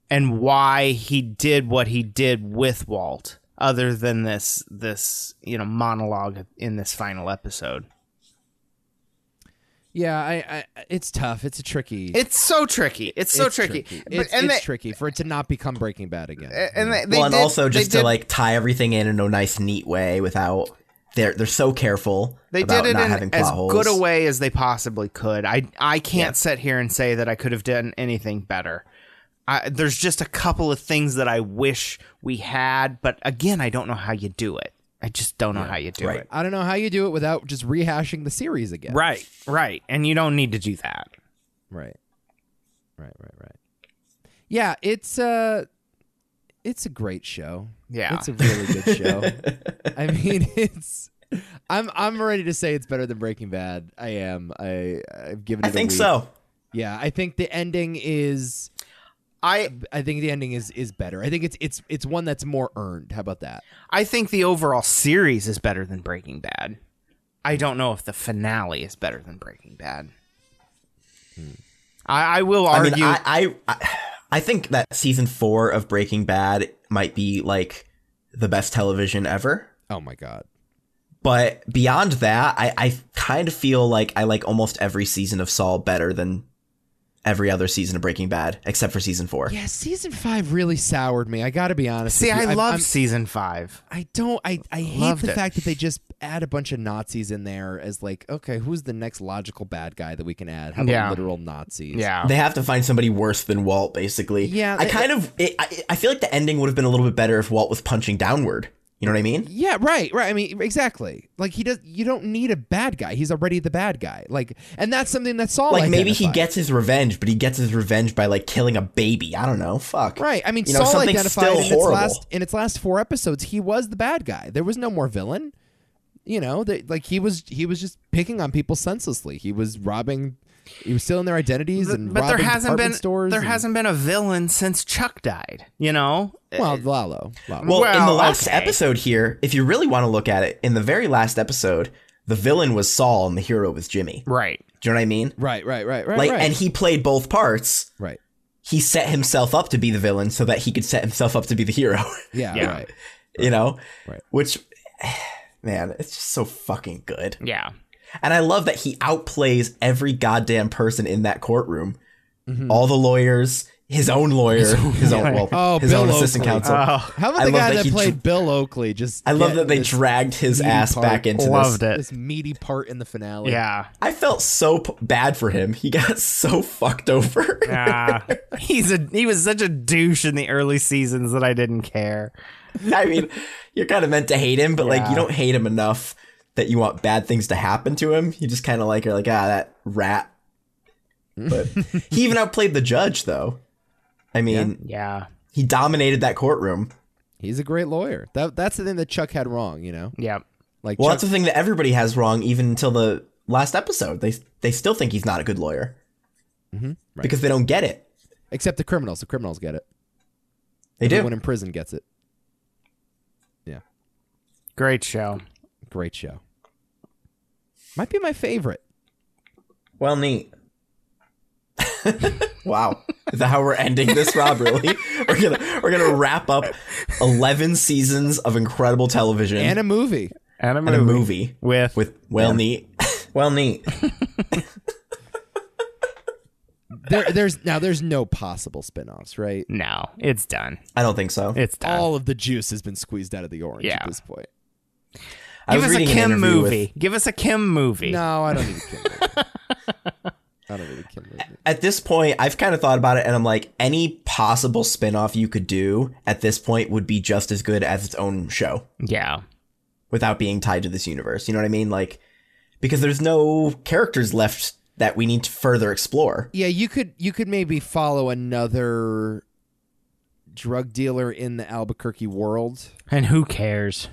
B: and why he did what he did with Walt other than this this you know monologue in this final episode
C: Yeah, I, I it's tough. It's a tricky.
B: it's so tricky it's so
C: it's
B: tricky, But-
C: It's,
B: and
C: it's
B: they-
C: tricky for it to not become Breaking Bad again.
B: and they, they
D: well, and
B: did-
D: also
B: they
D: just to
B: did-
D: like tie everything in in a nice, neat way without they're they're so careful
B: they
D: about
B: did it
D: not
B: in
D: having plot
B: as
D: holes.
B: good a way as they possibly could. I I can't sit here and say that I could have done anything better. I, there's just a couple of things that I wish we had, but again, I don't know how you do it. I just don't know how you do
D: Right.
B: it.
C: I don't know how you do it without just rehashing the series again.
B: Right, right, and you don't need to do that.
C: Right. Right, right, right. Yeah, it's uh it's a great show.
B: Yeah.
C: It's a really good show. I mean, it's I'm I'm ready to say it's better than Breaking Bad. I am. I I've given it
D: I
C: a
D: think
C: week.
D: so.
C: Yeah, I think the ending is
B: I
C: I think the ending is is better. I think it's it's it's one that's more earned. How about that?
B: I think the overall series is better than Breaking Bad. I don't know if the finale is better than Breaking Bad. I, I will
D: Hmm. I
B: argue.
D: mean, I, I I- I think that season four of Breaking Bad might be like the best television ever.
C: Oh my god.
D: But beyond that, I, I kind of feel like I like almost every season of Saul better than every other season of Breaking Bad, except for season four.
C: Yeah, season five really soured me. I got to be honest.
B: see,
C: with you.
B: I
C: I'm-
B: love
C: I'm-
B: season five.
C: I don't. I, I hate
B: Loved
C: the
B: it.
C: fact that they just add a bunch of Nazis in there as like, okay, who's the next logical bad guy that we can add? How about
B: Yeah.
C: literal Nazis?
B: Yeah.
D: They have to find somebody worse than Walt, basically.
C: Yeah,
D: I
C: they-
D: kind of, it, I, I feel like the ending would have been a little bit better if Walt was punching downward. You know what I mean?
C: Yeah, right, right. I mean, exactly. Like he does. You don't need a bad guy. He's already the bad guy. Like, and that's something that's all.
D: Like maybe he
C: identified.
D: gets his revenge, but he gets his revenge by like killing a baby. I don't know. Fuck.
C: Right. I mean,
D: you know,
C: Saul
D: something
C: identified
D: still
C: in its
D: horrible.
C: last in its last four episodes, he was the bad guy. There was no more villain. You know, they, like he was he was just picking on people senselessly. He was robbing. He was stealing their identities and
B: but there
C: robbing
B: hasn't
C: department
B: been
C: stores.
B: there
C: and-
B: hasn't been a villain since Chuck died. You know,
C: Well, Lalo. Lalo.
D: Well, in the
B: Well,
D: last
B: okay.
D: episode here, if you really want to look at it, in the very last episode, the villain was Saul and the hero was Jimmy.
B: right?
D: Do you know what I mean?
C: right, right, right, right,
D: Like,
C: right.
D: and he played both parts.
C: right.
D: He set himself up to be the villain so that he could set himself up to be the hero.
C: Yeah,
B: Yeah.
C: right.
D: you know,
C: Right.
D: which, man, it's just so fucking good.
B: Yeah,
D: And I love that he outplays every goddamn person in that courtroom, all the lawyers, his own lawyer, his own, well,
C: Oh,
D: his
C: Bill
D: own assistant
C: Oakley.
D: counsel.
C: How
D: I
C: about the
D: love
C: guy
D: that
C: that,
D: he
C: played
D: dr-
C: Bill Oakley? Just
D: I love that they
C: this,
D: dragged his
C: meaty
D: ass
C: part.
D: back into this.
B: loved it.
C: this meaty part in the finale.
B: Yeah,
D: I felt so p- bad for him. He got so fucked over.
B: Ah, he's a he was such a douche in the early seasons that I didn't care.
D: I mean, you're kind of meant to hate him, but like you
B: Yeah.
D: don't hate him enough that you want bad things to happen to him. You just kind of like are like ah that rat. But he even outplayed the judge though. I mean,
B: Yeah,
D: he dominated that courtroom.
C: He's a great lawyer. That that's the thing that Chuck had wrong. You know,
B: yeah.
C: like
D: Well,
C: Chuck
D: that's the thing that everybody has wrong even until the last episode. They they still think he's not a good lawyer. Because they don't get it.
C: Except the criminals. The criminals get it.
D: They do.
C: Everyone in prison gets it.
B: Great show.
C: Great show. Might be my favorite.
D: Well, neat. wow. Is that how we're ending this, Rob? Really? We're gonna we're gonna wrap up eleven seasons of incredible television
C: And a movie.
B: And a
D: and
B: movie,
D: a movie
B: with
D: with well neat. well neat.
C: There there's now there's no possible spin-offs, right?
B: no, it's done.
D: I don't think so.
B: It's done.
C: All of the juice has been squeezed out of the orange at
B: Yeah.
C: this point.
D: I
B: Give
D: was
B: us a
D: reading an
B: Kim
D: interview with-
B: movie. Give us a Kim movie.
C: No, I don't need a Kim movie. I don't need a Kim movie.
D: at this point, I've kind of thought about it and I'm like, any possible spin-off you could do at this point would be just as good as its own show.
B: Yeah.
D: without being tied to this universe. You know what I mean? Like, because there's no characters left that we need to further explore.
C: Yeah, you could you could maybe follow another drug dealer in the Albuquerque world.
B: And who cares?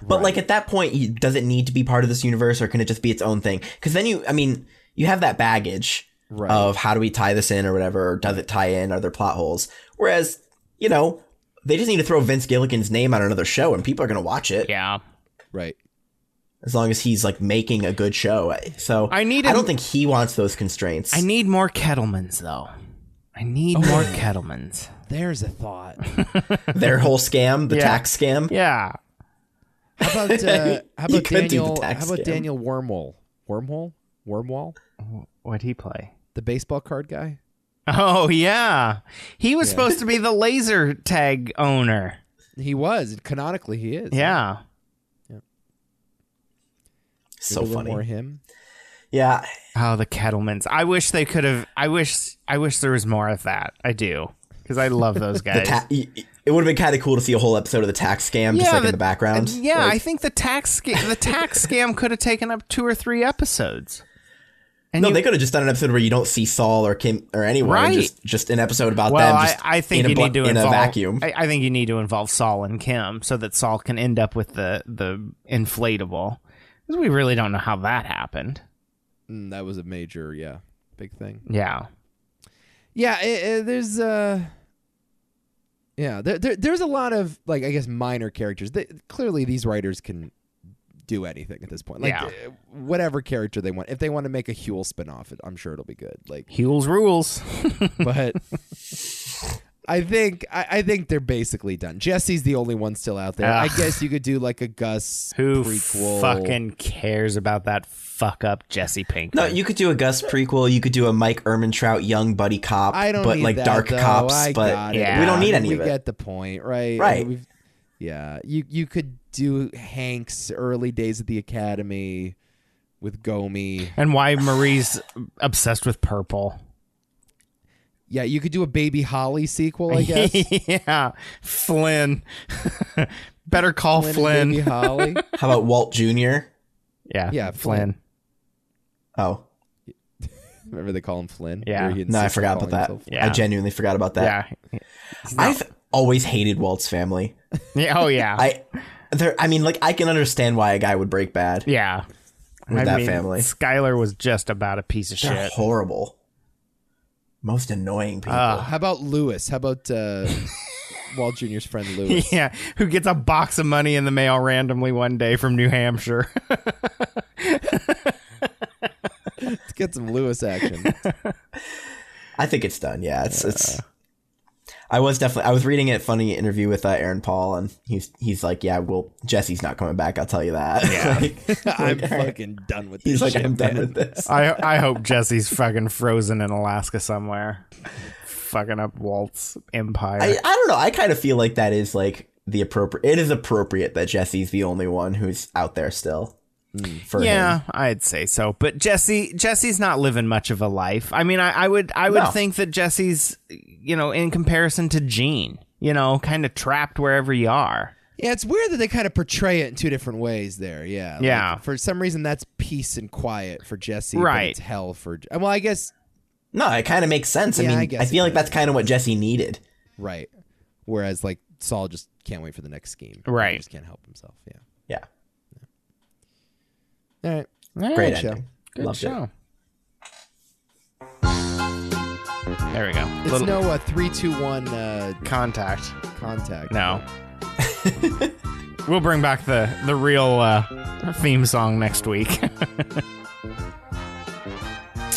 D: But like at that point, you, does it need to be part of this universe, or can it just be its own thing? Because then you, I mean, you have that baggage
C: Right.
D: of how do we tie this in, or whatever, or does it tie in? Are there plot holes? Whereas, you know, they just need to throw Vince Gilligan's name on another show, and people are gonna watch it.
B: Yeah.
C: Right.
D: As long as he's like making a good show. So
B: I need
D: I
B: an-
D: don't think he wants those constraints.
B: I need more Kettlemans though. I need
D: Oh.
B: more Kettlemans.
C: There's a thought.
D: Their whole scam, the
B: Yeah.
D: tax scam.
B: Yeah.
C: How about uh, how
D: You
C: about
D: could do the
C: Daniel? How
D: tax
C: about
D: scam.
C: Daniel Wormhole? Wormhole? Wormwall?
B: What'd he play?
C: The baseball card guy?
B: Oh yeah. He was supposed to be the laser tag owner.
C: He was canonically he is.
B: Yeah.
C: Maybe a
D: So
C: little
D: funny.
C: More him.
D: Yeah,
B: Oh, the Kettlemans. I wish they could have I wish I wish there was more of that. I do. Because I love those
D: the
B: guys.
D: ta- y- y- it would have been kind of cool to see a whole episode of the tax scam just like in the background.
B: and yeah,
D: Like,
B: I think the tax sca- the tax scam could have taken up two or three episodes. And
D: no,
B: you-
D: they could have just done an episode where you don't see Saul or Kim or anyone,
B: Right.
D: just just an episode about
B: Well,
D: them.
B: I,
D: Just
B: I think
D: in a
B: you
D: bl-
B: need to
D: in
B: involve,
D: a vacuum.
B: I, I think you need to involve Saul and Kim so that Saul can end up with the the inflatable. 'Cause we really don't know how that happened.
C: Mm, that was a major, yeah, big thing.
B: Yeah,
C: Yeah, eh, eh, there's uh Yeah, there, there, there's a lot of like I guess minor characters. They, clearly, these writers can do anything at this point. Like
B: Yeah.
C: uh, whatever character they want. If they want to make a Huel spinoff, it- I'm sure it'll be good. Like,
B: Huel's rules.
C: but I think I, I think they're basically done. Jesse's the only one still out there. I
B: Ugh.
C: guess you could do like a Gus
B: Who
C: prequel.
B: fucking cares about that fuck up Jesse Pinkman?
D: No, you could do a Gus prequel. You could do a Mike Ermintrout young buddy cop.
C: I don't
D: but
C: need
D: like
C: that,
D: dark
C: though.
D: cops.
C: I
D: but
C: got it.
B: Yeah.
D: we don't need any
C: we
D: of it.
C: get the point, right?
D: Right.
C: I mean, we've- yeah, you you could do Hank's early days at the academy with Gomi.
B: and why Marie's obsessed with purple?
C: Yeah, you could do a Baby Holly sequel, I guess.
B: yeah, Flynn. Better call
C: Flynn
B: Flynn.
C: and Baby Holly.
D: How about Walt Jr.?
B: Yeah,
C: Yeah,
B: Flynn.
D: Oh,
C: Remember they call him Flynn?
B: Yeah.
C: Or he
D: no, I
C: insists on
D: forgot about
C: calling
D: that.
C: himself Flynn.
B: Yeah.
D: I genuinely forgot about that.
B: Yeah,
D: I've always hated Walt's family.
B: yeah. Oh yeah,
D: I there I mean like I can understand why a guy would break bad.
B: yeah.
D: With that family.
B: Skyler was just about a piece of
D: They're
B: shit.
D: horrible. Most annoying people.
C: How about Lewis? How about uh, Walt Jr.'s friend Lewis?
B: Yeah, who gets a box of money in the mail randomly one day from New Hampshire?
C: Let's get some Lewis action.
D: I think it's done. Yeah, it's it's. I was definitely. I was reading a funny interview with uh, Aaron Paul, and he's he's like, "Yeah, well, Jesse's not coming back. I'll tell you that." Yeah.
C: I'm fucking done with this
D: he's like,
C: shit.
D: "I'm done with this."
B: I I hope Jesse's fucking frozen in Alaska somewhere, fucking up Walt's empire.
D: I, I don't know. I kind of feel like that is like the appropriate. It is appropriate that Jesse's the only one who's out there still. For
B: yeah,
D: him.
B: I'd say so. But Jesse, Jesse's not living much of a life. I mean, I, I would, I would
D: No.
B: think that Jesse's, you know, in comparison to Gene, you know, kind of trapped wherever you are.
C: Yeah, it's weird that they kind of portray it in two different ways there. Yeah. like,
B: Yeah.
C: for some reason, that's peace and quiet for Jesse. But
B: Right.
C: it's hell for. Well, I guess.
D: No, it kind of makes sense.
C: Yeah,
D: I mean,
C: I
D: I,
C: guess it
D: feel like
C: does.
D: that's kind of what Jesse needed.
C: Right. Whereas, like, Saul just can't wait for the next scheme.
B: Right.
C: He just can't help himself. Yeah.
D: Yeah.
C: All right.
D: Great
C: show.
D: ending.
B: Good
D: Loved it.
B: show. There we go.
C: It's
B: Little
C: no uh, 321 uh,
B: contact.
C: contact.
B: No. we'll bring back the the real uh, theme song next week.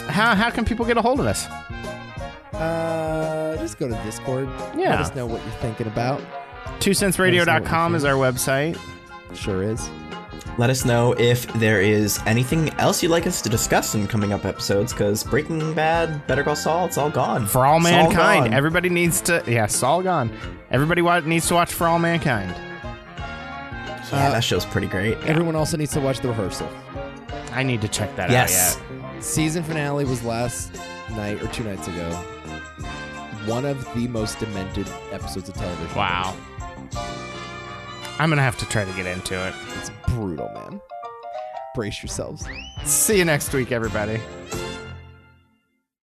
B: how how can people get a hold of us?
C: Uh, just go to Discord.
B: Yeah.
C: Let us know what you're thinking about.
B: TwoCentsRadio.com is our website.
C: Sure is.
D: Let us know if there is anything else you'd like us to discuss in coming up episodes, because Breaking Bad, Better Call Saul, it's all gone.
B: For all
D: It's
B: mankind,
D: gone.
B: everybody needs to. Yeah, it's all gone. Everybody wa- needs to watch For All Mankind.
D: yeah, that show's pretty great.
C: Everyone also needs to watch the rehearsal.
B: I need to check that
D: Yes.
B: out.
C: Season finale was last night or two nights ago. One of the most demented episodes of television.
B: Yet. Wow. I'm gonna have to try to get into it.
C: It's brutal, man. Brace yourselves.
B: See you next week, everybody.